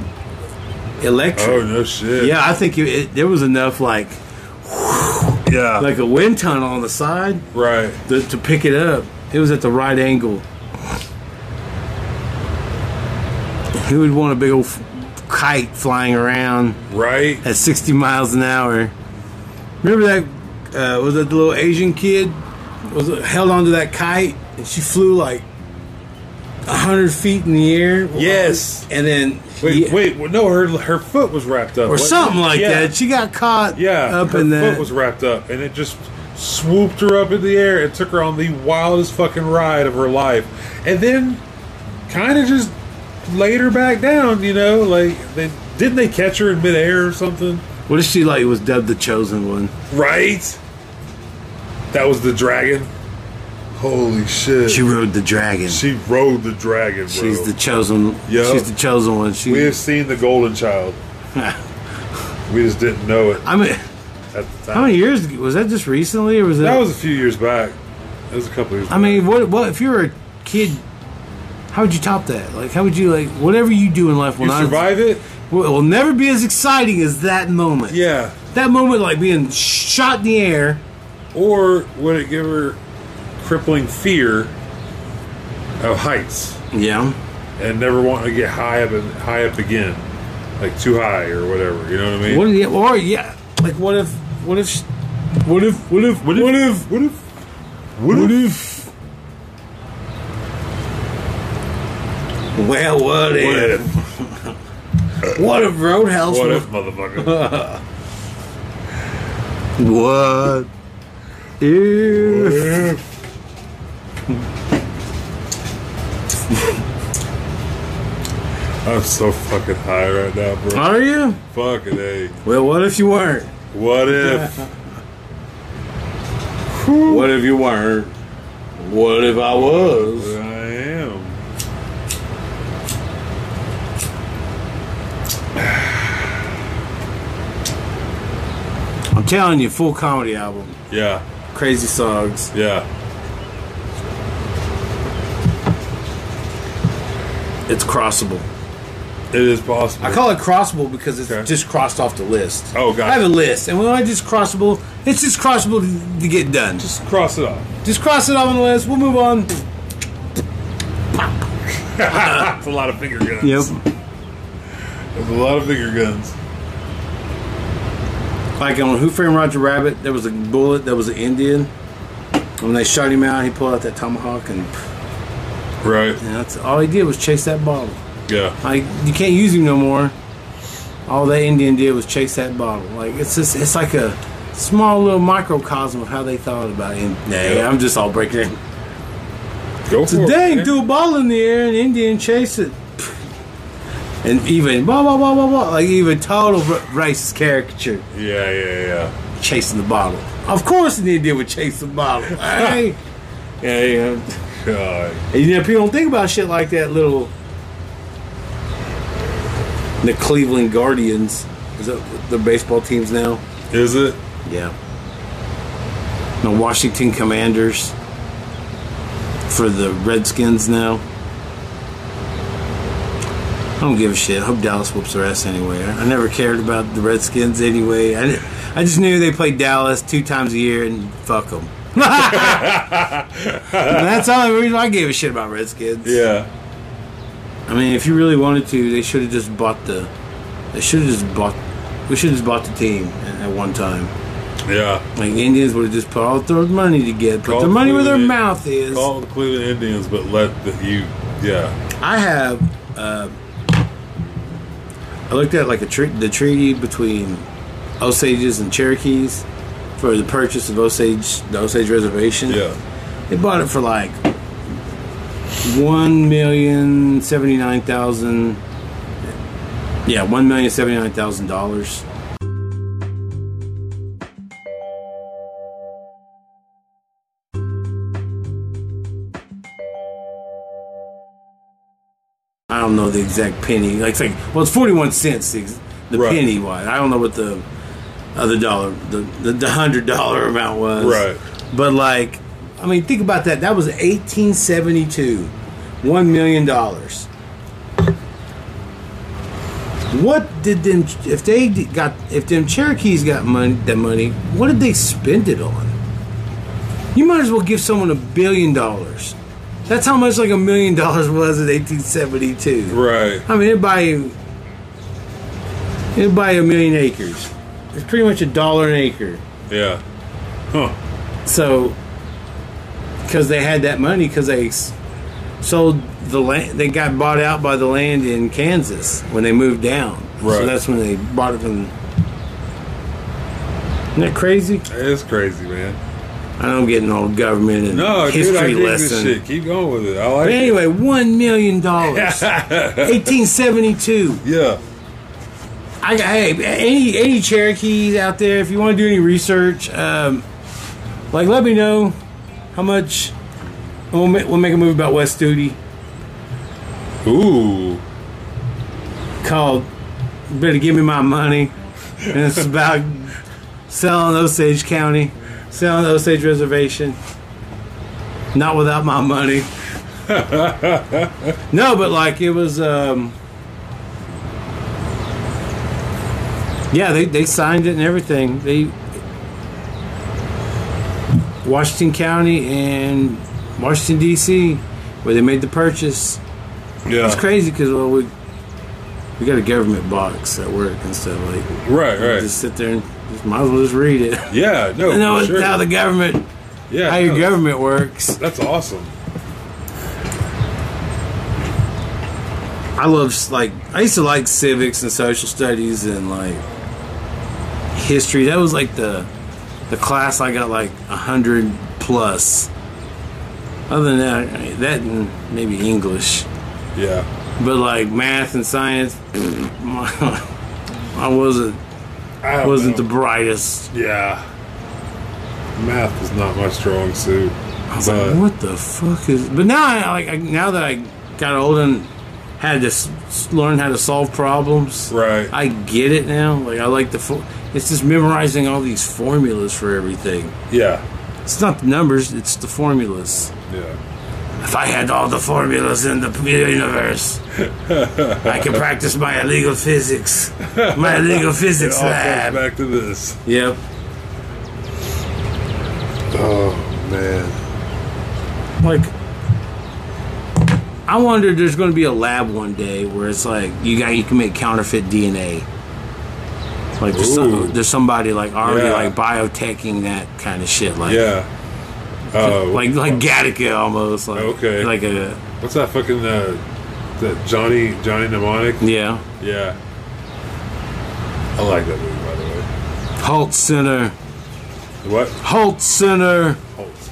A: electric.
B: Oh no shit.
A: yeah, I think it, it, there was enough like
B: Yeah.
A: like a wind tunnel on the side.
B: right.
A: to, to pick it up. It was at the right angle. Who would want a big old f- kite flying around
B: Right.
A: at 60 miles an hour? Remember that? Uh, was that the little Asian kid was held onto that kite and she flew like 100 feet in the air?
B: Yes.
A: And then.
B: Wait.
A: yeah,
B: Wait. Well, no, her her foot was wrapped up
A: Or
B: wasn't
A: something
B: it?
A: like
B: Yeah.
A: that. She got caught
B: Yeah.
A: up
B: her
A: in
B: foot
A: that.
B: was wrapped up, and it just swooped her up in the air and took her on the wildest fucking ride of her life, and then kind of just laid her back down. You know, like they didn't they catch her in midair or something?
A: what if she like was dubbed the chosen one?
B: Right. That was the dragon. Holy shit.
A: She rode the dragon.
B: She rode the dragon, bro.
A: She's the chosen.
B: Yo.
A: She's the chosen one. She. *laughs*
B: we have seen the golden child. We just didn't know it
A: I mean,
B: at the
A: how
B: time.
A: many years was that? Just recently, or was that?
B: That was a few years back. That was a couple years.
A: I mean, what? What if you were a kid? How would you top that? Like, how would you like whatever you do in life will
B: you
A: not
B: survive it?
A: will will never be as exciting as that moment.
B: Yeah.
A: That moment, like being shot in the air.
B: Or would it give her crippling fear of heights
A: Yeah.
B: and never want to get high up and high up again, like too high or whatever? You know what I mean?
A: What? if- Or yeah. Like, what if? What if? sh-
B: What if? What if? What if? What if? What if? What if?
A: Well, what
B: What
A: if?
B: if?
A: What if Roadhouse?
B: What
A: was-
B: if, motherfucker?
A: What? If?
B: I'm so fucking high right now, bro.
A: Are you?
B: Fucking a.
A: Well, what if you weren't?
B: What if?
A: What if you weren't? What if I
B: I
A: was?
B: am.
A: I'm telling you, full comedy album,
B: Yeah.
A: crazy songs.
B: Yeah.
A: It's crossable.
B: It is possible.
A: I call it crossable because it's
B: Okay.
A: just crossed off the list.
B: Oh, gotcha.
A: I have a list, and when I just crossable, it's just crossable to, to get done. Just,
B: Just cross it off.
A: just cross it off on the list. We'll move on.
B: That's a lot of finger guns. There's a lot of finger guns.
A: Like on Who Framed Roger Rabbit, there was a bullet that was an Indian. When they shot him out, he pulled out that tomahawk, and,
B: Right.
A: and that's all he did was chase that bottle.
B: Yeah.
A: Like you can't use him no more. All that Indian did was chase that bottle. Like it's just it's like a small little microcosm of how they thought about him. Nah,
B: Yeah.
A: I'm just all breaking it.
B: Go
A: So
B: for
A: dang,
B: it. man.
A: threw a ball in the air and Indian chased it. And even blah blah blah blah blah like even total r- racist caricature
B: Yeah, yeah, yeah.
A: chasing the bottle. Of course an Indian would chase the bottle. Hey, yeah, yeah.
B: God.
A: And you know, people don't think about shit like that. Little the Cleveland Guardians is that the baseball teams now?
B: Is it?
A: Yeah. The Washington Commanders for the Redskins now. I don't give a shit. I hope Dallas whoops their ass anyway. I I never cared about the Redskins anyway. I, I just knew they played Dallas two times a year and fuck them. And that's the only reason I gave a shit about Redskins.
B: Yeah.
A: I mean, if you really wanted to, they should have just bought the. They should have just bought. We should have just bought the team at, at one time.
B: Yeah.
A: Like the Indians would have just put all their money together, put
B: Call
A: their
B: the
A: money where their
B: Cleveland-
A: mouth is.
B: Call it the Cleveland Indians, but let the, you. Yeah.
A: I have. Uh, I looked at like a tre- the treaty between Osages and Cherokees for the purchase of Osage the Osage Reservation.
B: Yeah.
A: They bought it for like one million seventy nine thousand. Yeah, one million seventy nine thousand dollars. I don't know the exact penny. Like, it's like well, it's forty one cents the, ex- the
B: Right.
A: penny was. I don't know what the other dollar, the the, the hundred dollar amount was.
B: Right.
A: But like, I mean, think about that. That was 1872, one million dollars. What did them if they d- got if them Cherokees got money that money? What did they spend it on? You might as well give someone a billion dollars. That's how much like a million dollars was in 1872.
B: Right.
A: I mean, it'd buy it'd buy a million acres. It's pretty much a dollar an acre.
B: Yeah. Huh.
A: So, because they had that money, because they s- sold the land, they got bought out by the land in Kansas when they moved down.
B: Right.
A: So that's when they bought it from. Isn't that crazy?
B: It's crazy, man.
A: I know I'm getting all government and
B: No, dude, I
A: history
B: dig this
A: lesson.
B: shit. Keep going with it. I like
A: But
B: it.
A: anyway, one million
B: *laughs*
A: dollars, 1872.
B: Yeah.
A: I got hey any any Cherokees out there if you want to do any research, um, like let me know how much. and We'll make, we'll make a movie about West Studi
B: Ooh.
A: called "Better Give Me My Money," and it's about selling Osage County, selling the Osage Reservation. Not without my money. no, but like it was. Um, yeah, they, they signed it and everything. They Washington County and Washington D.C. where they made the purchase.
B: Yeah.
A: It's crazy because well, we we got a government box at work and stuff like.
B: Right,
A: we
B: right.
A: Just sit there and just might as well just read it. *laughs*
B: yeah, no.
A: I know
B: for
A: it's
B: sure.
A: how the government,
B: yeah,
A: how your
B: no,
A: government works.
B: That's awesome.
A: I love s- like I used to like civics and social studies and like history. That was like the the class I got like a hundred plus. Other than that, I- that and maybe English.
B: Yeah.
A: But like math and science, mm, *laughs* I wasn't
B: I
A: wasn't the brightest.
B: the. Yeah. Math is not my strong suit.
A: I was
B: but,
A: like, what the fuck is? But now I like I, now that I got older and had to s- s- learn how to solve problems.
B: Right.
A: I get it now. Like I like the fo- it's just memorizing all these formulas for everything.
B: yeah.
A: It's not the numbers; it's the formulas.
B: Yeah.
A: If I had all the formulas in the universe, I could practice my illegal physics, my illegal
B: *laughs* It
A: physics
B: all comes
A: lab.
B: back to this.
A: Yep.
B: Oh, man.
A: like I wonder if there's going to be a lab one day where it's like you got you can make counterfeit DNA. Like there's,
B: Ooh.
A: some, there's somebody like already
B: Yeah.
A: like bioteching that kind of shit like
B: Yeah. Oh.
A: like like Gattaca almost like
B: Okay.
A: like a
B: What's that fucking uh, that Johnny Johnny mnemonic?
A: yeah
B: Yeah. I like that movie, by the way.
A: Holt Center
B: What?
A: Holt Center
B: Oh, it's-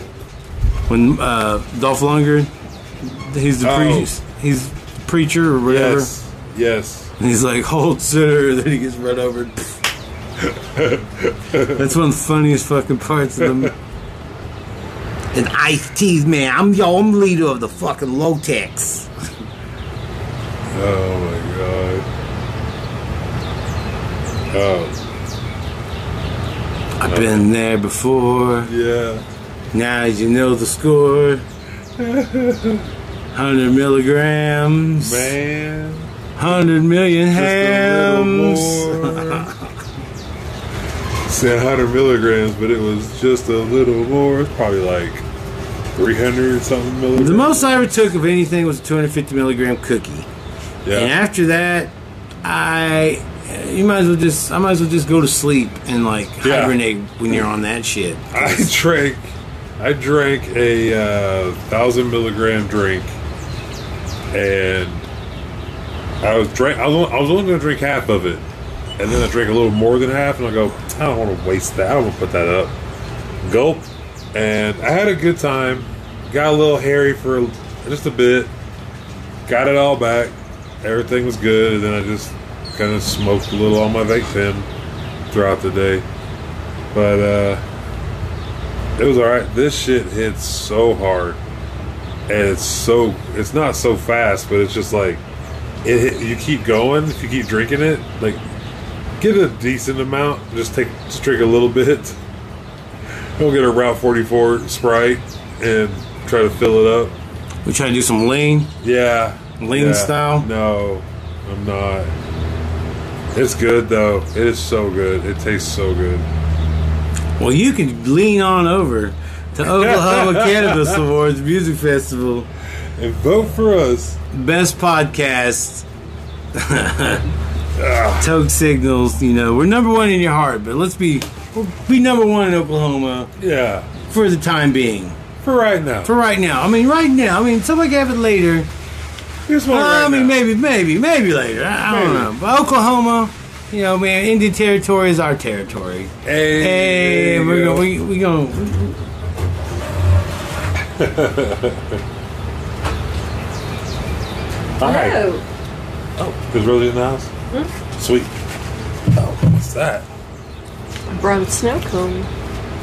A: when uh, Dolph Lundgren he's the
B: Oh.
A: priest he's the preacher or whatever
B: Yes. Yes.
A: And he's like, hold center, and then he gets run over. *laughs* That's one of the funniest fucking parts of the. And Ice T's man, I'm yo, I'm leader of the fucking Lotex.
B: Oh my god. Oh
A: I've been there before.
B: yeah.
A: Now you know the score. Hundred milligrams,
B: Man.
A: hundred million
B: Just a little
A: hams.
B: more. said 100 milligrams, but it was just a little more. It's probably like 300 something milligrams.
A: The most I ever took of anything was a 250 milligram cookie. And
B: yeah.
A: after that, I you might as well just I might as well just go to sleep and like
B: Yeah.
A: hibernate when you're on that shit.
B: I drank, I drank a uh, thousand milligram drink, and I was drink. I was only, I was only going to drink half of it, and then I drank a little more than half, and I go, I don't want to waste that. I don't want to put that up. Gulp, and I had a good time. Got a little hairy for just a bit. Got it all back. Everything was good, and then I just kind of smoked a little on my vape pen throughout the day. But uh, it was all right. This shit hits so hard, and it's so it's not so fast, but it's just like it. Hit, you keep going if you keep drinking it. Like get a decent amount. Just take just drink a little *laughs* bit. Go get a Route 44 Sprite and try to fill it up.
A: We try to do some lean.
B: Yeah.
A: Lean
B: Yeah.
A: style?
B: No, I'm not. It's good though. It is so good. It tastes so good.
A: Well, you can lean on over to Oklahoma
B: *laughs*
A: Cannabis Awards Music Festival,
B: And vote for us.
A: best
B: *laughs*
A: podcast. Toke signals, you know, we're number one in your heart, but let's be we'll be number one in Oklahoma
B: Yeah.
A: for the time being.
B: For right now.
A: For right now, I mean, right now, I mean, somebody can have it later.
B: Here's one
A: Well,
B: right
A: I mean,
B: now.
A: maybe, maybe, maybe later. I, I don't
B: Maybe.
A: know. But Oklahoma, you know, man, Indian Territory is our territory.
B: Hey,
A: Hey,
B: there you
A: we're
B: go.
A: gonna, we, we gonna.
B: Hi.
C: Hello.
B: Is Rosie in the house? Sweet. Hmm? Oh, what's that?
C: Brown snow cone.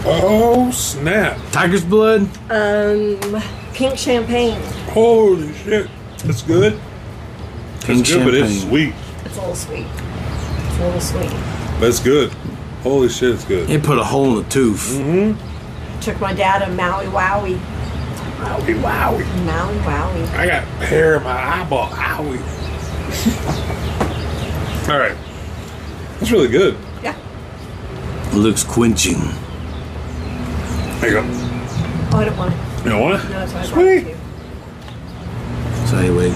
B: Oh, snap.
A: Tiger's blood.
C: Um, pink champagne.
B: Holy shit. It's good.
A: Pink
B: it's good, but it's
A: champagne.
B: sweet.
C: It's a little sweet. It's a little sweet.
B: But it's good. Holy shit, it's good.
A: It put a hole in the tooth.
B: Mm-hmm.
C: Took my dad to Maui Wowie.
B: Owie, wowie.
C: Maui Wowie.
B: I got hair in my eyeball. Owie. *laughs* All right. That's really good.
C: Yeah.
A: Looks quenching.
B: There you go.
C: Oh, I don't want it.
B: You know what?
C: No, that's why I brought
B: Sweet.
C: it to you.
A: So anyway,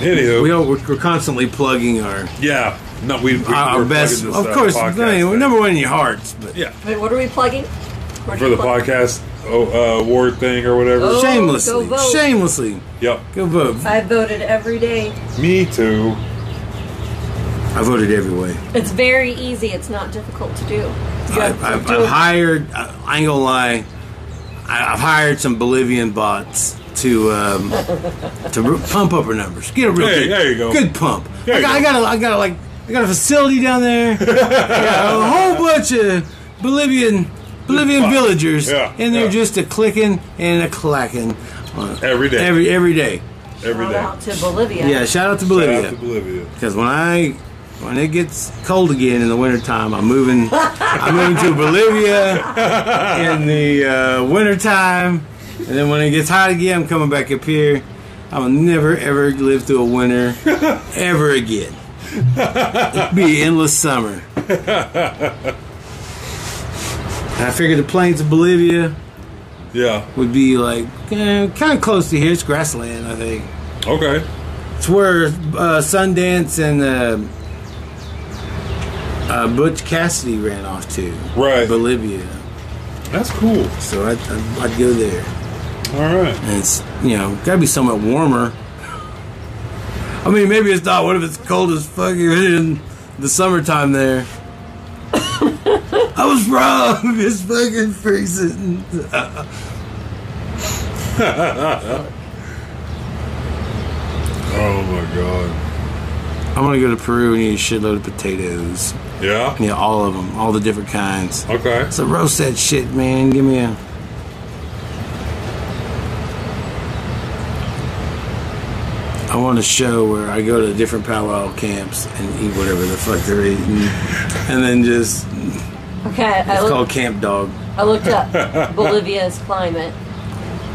B: Anywho.
A: we all, we're, we're constantly plugging our
B: yeah. No, we, we
A: our, our
B: we're
A: best.
B: plugging
A: Of
B: this, uh,
A: course, I
B: podcast
A: mean, we're
B: thing.
A: number one in your hearts. But
B: Yeah.
C: Wait, what are we plugging? Where'd
B: for
C: you
B: the
C: plug-
B: podcast oh, uh, award thing or whatever.
C: Oh.
A: shamelessly,
C: go vote.
A: shamelessly,
B: Yep.
A: go vote.
C: I voted every day.
B: Me too.
A: I voted every way.
C: It's very easy. It's not difficult to do. You have
A: I've,
C: to
A: I've,
C: do
A: I've
C: it.
A: hired. I I ain't gonna lie. I- I've hired some Bolivian bots to um, to re- pump up our numbers. Get a real
B: Hey,
A: good,
B: there you go.
A: good pump.
B: There
A: I
B: you
A: got, I got a, I got a, like I got a facility down there.
B: *laughs*
A: I got a whole bunch of Bolivian Bolivian
B: Fuck.
A: villagers,
B: Yeah,
A: and they're
B: yeah.
A: just a clicking and a clacking on
B: Every day.
A: every every day.
B: Every
C: Shout
B: day.
C: out to Bolivia.
A: Yeah, shout out to
B: Shout out
A: Bolivia.
B: to Bolivia.
A: Because when I when it gets cold again in the wintertime, I'm moving. I'm moving to Bolivia in the uh, wintertime, and then when it gets hot again, I'm coming back up here. I will never ever live through a winter ever again. It'll be endless summer. And I figured the plains of Bolivia
B: Yeah.
A: would be like kind of close to here. It's grassland, I think.
B: Okay.
A: It's where uh, Sundance and uh, uh, Butch Cassidy ran off to.
B: Right.
A: Bolivia.
B: That's cool.
A: So I'd, I'd, I'd go there.
B: All right.
A: And it's, you know, gotta be somewhat warmer. I mean, maybe it's not. What if it's cold as fuck in the summertime there? I was wrong. *laughs* It's fucking freezing. Uh,
B: Oh my god.
A: I want to go to Peru and eat a shitload of potatoes.
B: Yeah.
A: Yeah, all of them, all the different kinds.
B: Okay.
A: So roast that shit, man. Give me a. I want a show where I go to different powwow camps and eat whatever the fuck they're eating, and then just it's
C: Okay, I, look,
A: called Camp Dog.
C: I looked up *laughs* Bolivia's climate.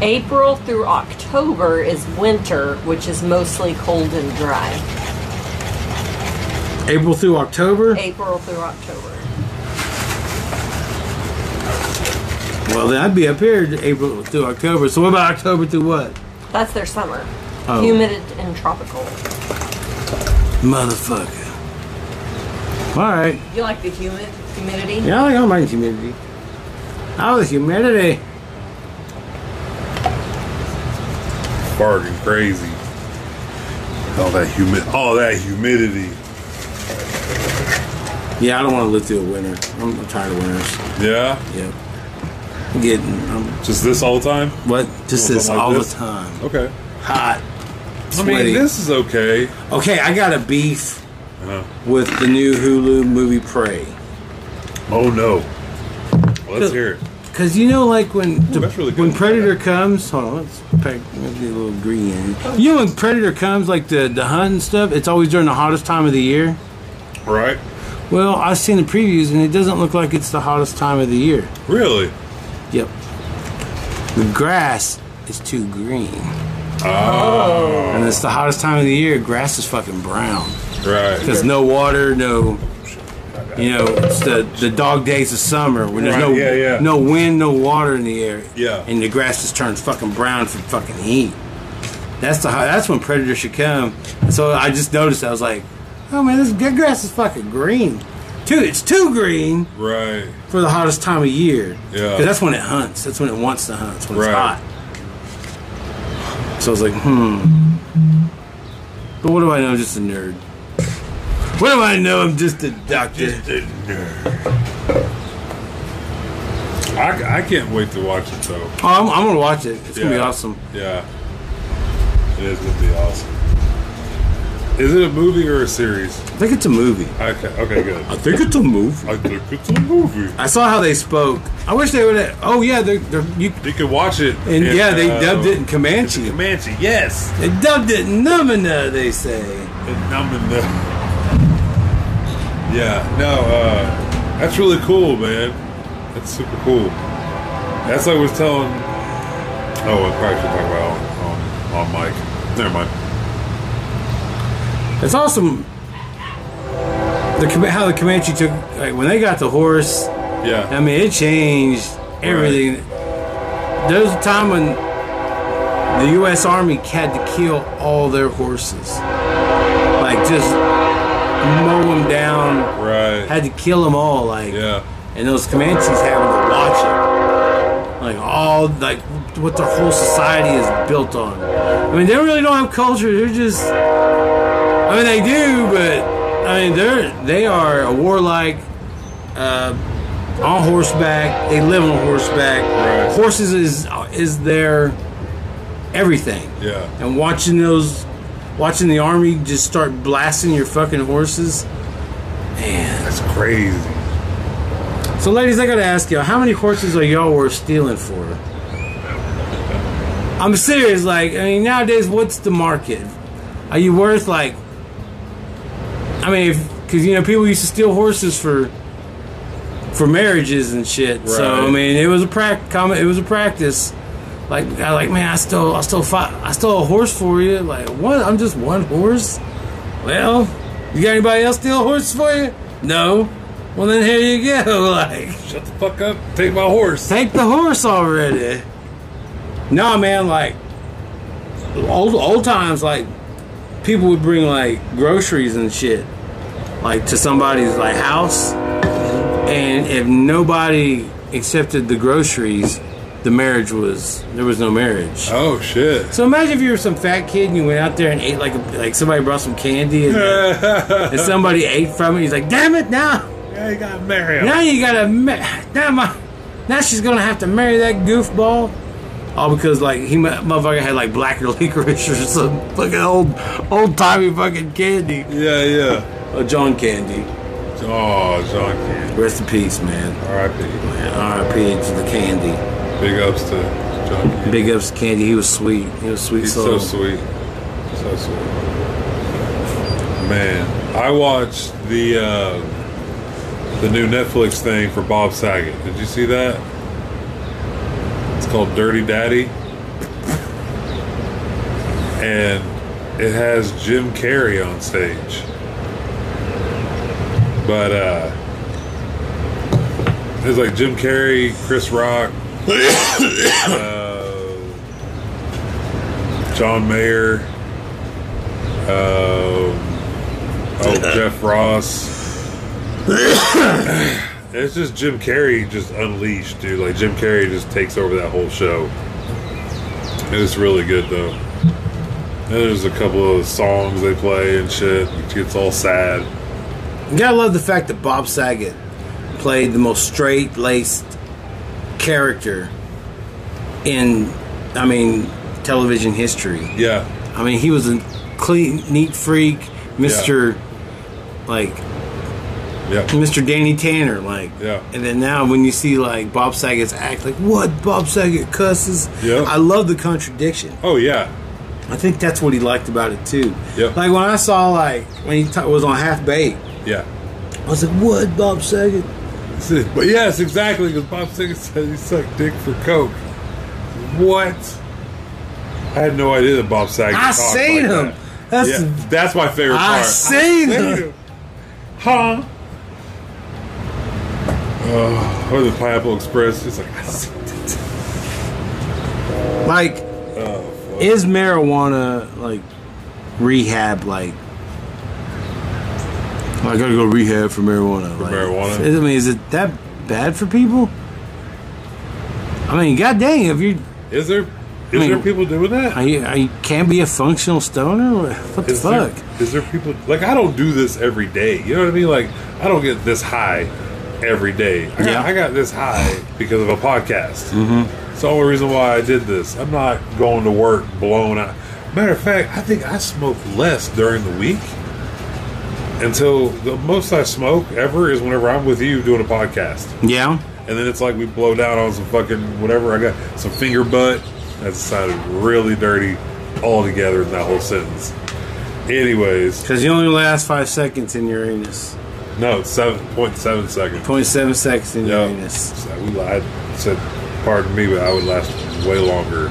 C: April through October is winter, which is mostly cold and dry.
A: April through October.
C: April through October.
A: Well, then I'd be up here to April through October. So what about October through what?
C: That's their summer.
A: Oh.
C: Humid and tropical.
A: Motherfucker. All right.
C: You like the humid humidity?
A: Yeah, I don't mind humidity. How is humidity?
B: Barking crazy. All that humid, all that humidity.
A: Yeah, I don't want to live through a winter. I'm, I'm tired of winters.
B: Yeah,
A: Yep. I'm getting um,
B: just this all the time.
A: what? Just
B: You want
A: this
B: something like
A: all
B: this?
A: the time.
B: Okay.
A: Hot.
B: I
A: Sweaty.
B: mean, this is okay.
A: okay, I got a beef
B: Uh-huh.
A: with the new Hulu movie Prey.
B: Oh no. Let's hear it.
A: Cause you know, like when the-
B: that's really good.
A: when Predator comes, hold on, let's pack let's get a little green. in here. You know, when Predator comes, like the the hunt and stuff, it's always during the hottest time of the year.
B: Right?
A: Well, I've seen the previews, and it doesn't look like it's the hottest time of the year.
B: Really?
A: Yep, the grass is too green,
B: Ah.
A: and it's the hottest time of the year. Grass is fucking brown
B: Right.
A: because no water, no. You know, it's the, the dog days of summer when there's
B: Right,
A: no
B: yeah, yeah.
A: no wind, no water in the air.
B: Yeah.
A: And the grass just turns fucking brown from fucking heat. That's the hot- that's when predators should come. So I just noticed I was like, oh man, this good grass is fucking green. Dude, it's too green
B: Right.
A: for the hottest time of year.
B: Yeah.
A: 'Cause that's when it hunts. That's when it wants to hunt. It's when
B: Right.
A: it's hot. So I was like, hmm. But what do I know? I'm just a nerd. What do I know? I'm just a doctor.
B: I, I can't wait to watch it though.
A: Oh, I'm, I'm gonna watch it. It's gonna be
B: Yeah.
A: awesome.
B: Yeah. It is gonna be awesome. Is it a movie or a series?
A: I think it's a movie.
B: Okay, okay, good.
A: I think it's a movie.
B: I think it's a movie.
A: I saw how they spoke. I wish they would have. Oh yeah, they're, they're you.
B: You can watch it.
A: And
B: in,
A: yeah, they
B: uh,
A: dubbed it in Comanche.
B: Comanche, yes.
A: They dubbed it Numina. uh, They say.
B: And I'm in the. *laughs* Yeah, no, uh, that's really cool, man. That's super cool. That's like I was telling. Oh, I probably should talk about on, on, on mic. Never mind.
A: It's awesome. The Com- how the Comanche took like when they got the horse.
B: Yeah.
A: I mean, it changed everything. There was a time when the U.S. Army had to kill all their horses, like just mow them down.
B: Right.
A: Had to kill them all. Like
B: yeah.
A: and those Comanches having to watch it. Like all like what the whole society is built on. I mean, they really don't have culture. They're just. I mean, they do, but I mean, they're they are a warlike, uh, on horseback. They live on horseback.
B: Right.
A: Horses is is their everything.
B: Yeah.
A: And watching those, watching the army just start blasting your fucking horses, man.
B: That's crazy.
A: So, ladies, I gotta ask y'all, how many horses are y'all worth stealing for? I'm serious. Like, I mean, nowadays, what's the market? Are you worth like? I mean, because you know, people used to steal horses for for marriages and shit. So, I
B: Right.
A: mean, it was a prac. common- It was a practice. Like, I like, man, I stole, I stole five, I stole a horse for you. Like, what? I'm just one horse. Well, you got anybody else steal a horse for you? No. Well, then here you go. *laughs* Like.
B: Shut the fuck up. Take my horse.
A: Take the horse already. No, man, like old old times, like people would bring like groceries and shit, like to somebody's like house, and if nobody accepted the groceries, the marriage was there was no marriage.
B: Oh shit. *laughs*
A: So imagine if you were some fat kid and you went out there and ate like a, like somebody brought some candy and, *laughs* and somebody ate from it. He's like, damn it, now.
B: yeah, you got Mario.
A: Now you gotta. ma- Now my, now she's gonna have to marry that goofball. All because like he mu- motherfucker had like black *laughs* licorice or some fucking old old timey fucking candy.
B: Yeah, yeah.
A: Uh, John Candy.
B: Oh, John Candy.
A: Rest in peace, man.
B: R.I.P.
A: R.I.P. to the candy.
B: Big ups to John Candy.
A: Big ups to Candy. He was sweet. He was sweet
B: He's
A: soul.
B: so sweet. So sweet. Man, I watched the uh, the new Netflix thing for Bob Saget. Did you see that? It's called Dirty Daddy. And it has Jim Carrey on stage. But uh it's like Jim Carrey, Chris Rock, uh, John Mayer, um, oh Jeff Ross. *coughs* it's just Jim Carrey just unleashed, dude. Like Jim Carrey just takes over that whole show. It is really good though. And there's a couple of songs they play and shit. It gets all sad.
A: You gotta love the fact that Bob Saget played the most straight laced character in, I mean, television history.
B: Yeah,
A: I mean, he was a clean, neat freak, Mister, like
B: yeah.
A: Mr. Danny Tanner, like.
B: Yeah.
A: And then now when you see like Bob Saget's act, like what Bob Saget cusses.
B: Yeah.
A: I love the contradiction.
B: Oh yeah,
A: I think that's what he liked about it too.
B: Yeah.
A: Like when I saw like when he ta was on Half Baked,
B: yeah.
A: I was like, what Bob Saget?
B: But yes, exactly, because Bob Saget said he sucked dick for coke. What? I had no idea that Bob Saget.
A: I
B: talked
A: seen
B: like
A: him.
B: that.
A: That's
B: yeah, that's my favorite
A: I
B: part.
A: seen him.
B: Huh? Uh, or the Pineapple Express. It's like I seen it.
A: like
B: Oh, fuck.
A: is marijuana like rehab like I gotta go rehab for marijuana. For like,
B: marijuana?
A: I mean, is it that bad for people? I mean, god dang, if you
B: is there is
A: mean-
B: there people doing that?
A: I, I can't be a functional stoner. What the
B: Is there-
A: fuck?
B: is there people like I don't do this every day? You know what I mean? Like I don't get this high every day. I,
A: Yeah.
B: got, I got this high because of a podcast. Mm-hmm. It's the only reason why I did this. I'm not going to work blown out. Matter of fact, I think I smoke less during the week. Until the most I smoke ever is whenever I'm with you doing a podcast,
A: Yeah,
B: and then it's like we blow down on some fucking whatever I got, some finger butt. That sounded really dirty altogether in that whole sentence. Anyways,
A: because you only last five seconds in your anus.
B: No, seven point seven seconds.
A: 0.7 seconds in
B: Yeah,
A: your anus.
B: So we lied. Said, pardon me, but I would last way longer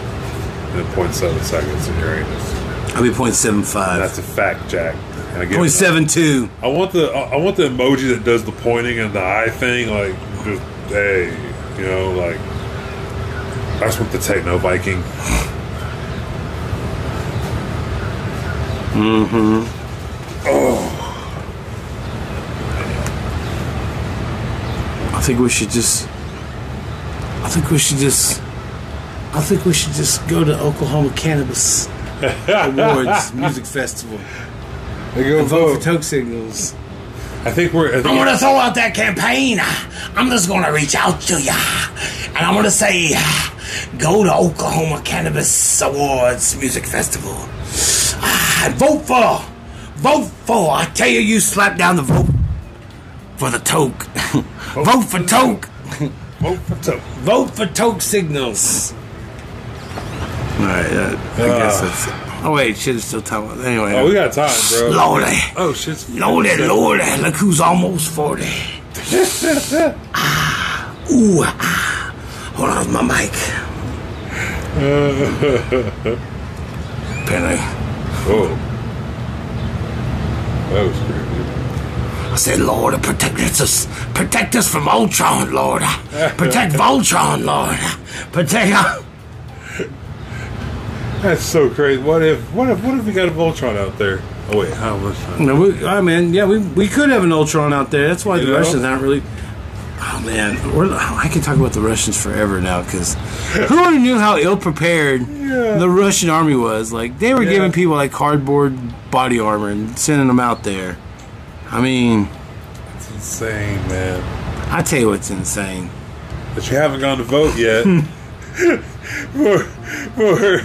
B: than 0.7 seconds in Uranus.
A: I'll be 0.75.
B: That's a fact, Jack. And I give it-
A: 0.72.
B: I want the I I want the emoji that does the pointing and the eye thing, like just hey, you know, like I just want the techno Viking. Mm-hmm.
A: I think we should just. I think we should just. I think we should just go to Oklahoma Cannabis Awards Music Festival
B: I go
A: and vote for Toke Signals.
B: I think we're. I think
D: I'm gonna throw out that campaign. I'm just gonna reach out to ya, and I'm gonna say, go to Oklahoma Cannabis Awards Music Festival Ah, and vote for, vote for. I tell you, you slap down the vote for the toke. *laughs* vote for toke.
B: vote for Toke.
A: Vote for Toke Signals. Alright, uh, I guess that's it. Oh, wait, shit, it's still time. Anyway.
B: Oh, we got time, bro.
D: Lordy,
B: Oh shit's
D: lordy, lordy. Look who's almost forty.
A: *laughs*
D: Ah, ooh, ah. hold on, my
A: *laughs*
D: mic. Apparently.
B: Oh. That was creepy.
D: I said, Lord, protect us, protect us from Ultron, Lord.
A: *laughs*
D: Protect Voltron, Lord. Protect.
B: That's so crazy. What if, what if, what if we got a Voltron out there? Oh wait, how much time?
A: No, we, I mean, yeah, we, we could have an Ultron out there. That's why
B: You
A: the
B: know?
A: Russians aren't really. Oh man, we're, I can talk about the Russians forever now because who already knew how ill prepared
B: Yeah.
A: the Russian army was? Like they were
B: Yeah.
A: giving people like cardboard body armor and sending them out there. I mean,
B: It's insane, man.
A: I tell you what's insane.
B: But you haven't gone to vote yet. *laughs* for for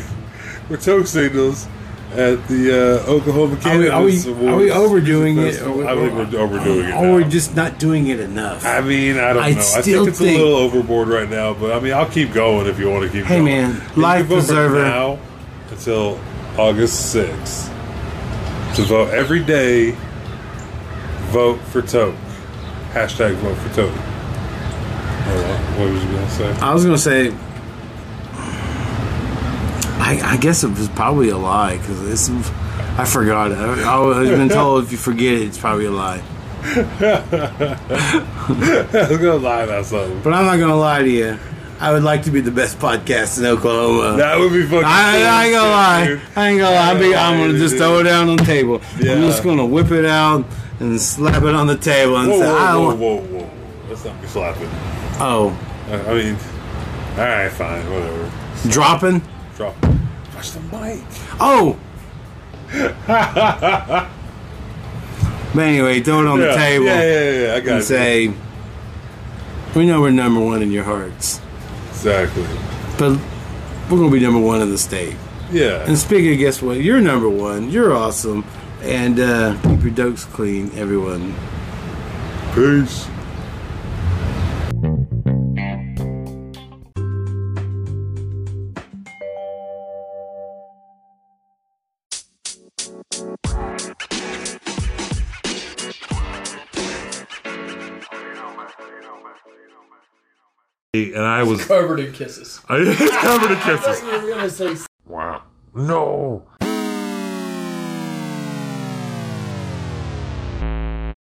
B: for toke signals at the uh, Oklahoma
A: Are we-
B: Cannabis
A: are we-
B: Awards
A: are we overdoing it?
B: Music Festival.
A: Are we-
B: I think we're overdoing it.
A: Or we're
B: now.
A: just not doing it enough.
B: I mean, I don't
A: I
B: know. I
A: still
B: think it's
A: think-
B: a little overboard right now, but I mean, I'll keep going if you want to keep
A: Hey,
B: going.
A: man,
B: You can
A: life
B: vote from
A: preserver.
B: now until August 6th. To vote every day, vote for Toke. Hashtag vote for Toke. Hold on, What was you going to say? *laughs*
A: I was gonna say, I, I guess it was probably a lie because this I forgot it. I, I was been told if you forget it, it's probably a lie.
B: I was going to lie about something.
A: But I'm not gonna lie to you. I would like to be the best podcast in Oklahoma.
B: That would be fucking.
A: I, I ain't gonna lie. I ain't gonna lie. I'm, be, I'm gonna just throw it down on the table. I'm
B: Yeah.
A: just gonna whip it out and slap it on the table and
B: Whoa,
A: say, I
B: whoa, whoa,
A: don't
B: whoa, whoa, whoa! Let's not be slapping.
A: Oh,
B: I, I mean, all right, fine, whatever.
A: dropping?
B: Drop. Touch the mic. *laughs*
A: Oh! but anyway, throw it on
B: yeah.
A: the table
B: Yeah, yeah, yeah. yeah. I got
A: and
B: it.
A: say, We know we're number one in your hearts,
B: exactly.
A: but we're gonna be number one in the state.
B: Yeah.
A: And speaking of guess what, you're number one. You're awesome. And uh, keep your dokes clean, everyone.
B: Peace. And I was
E: Covered in kisses.
B: I *laughs* covered in kisses.
E: That's what I'm gonna say.
B: Wow. No.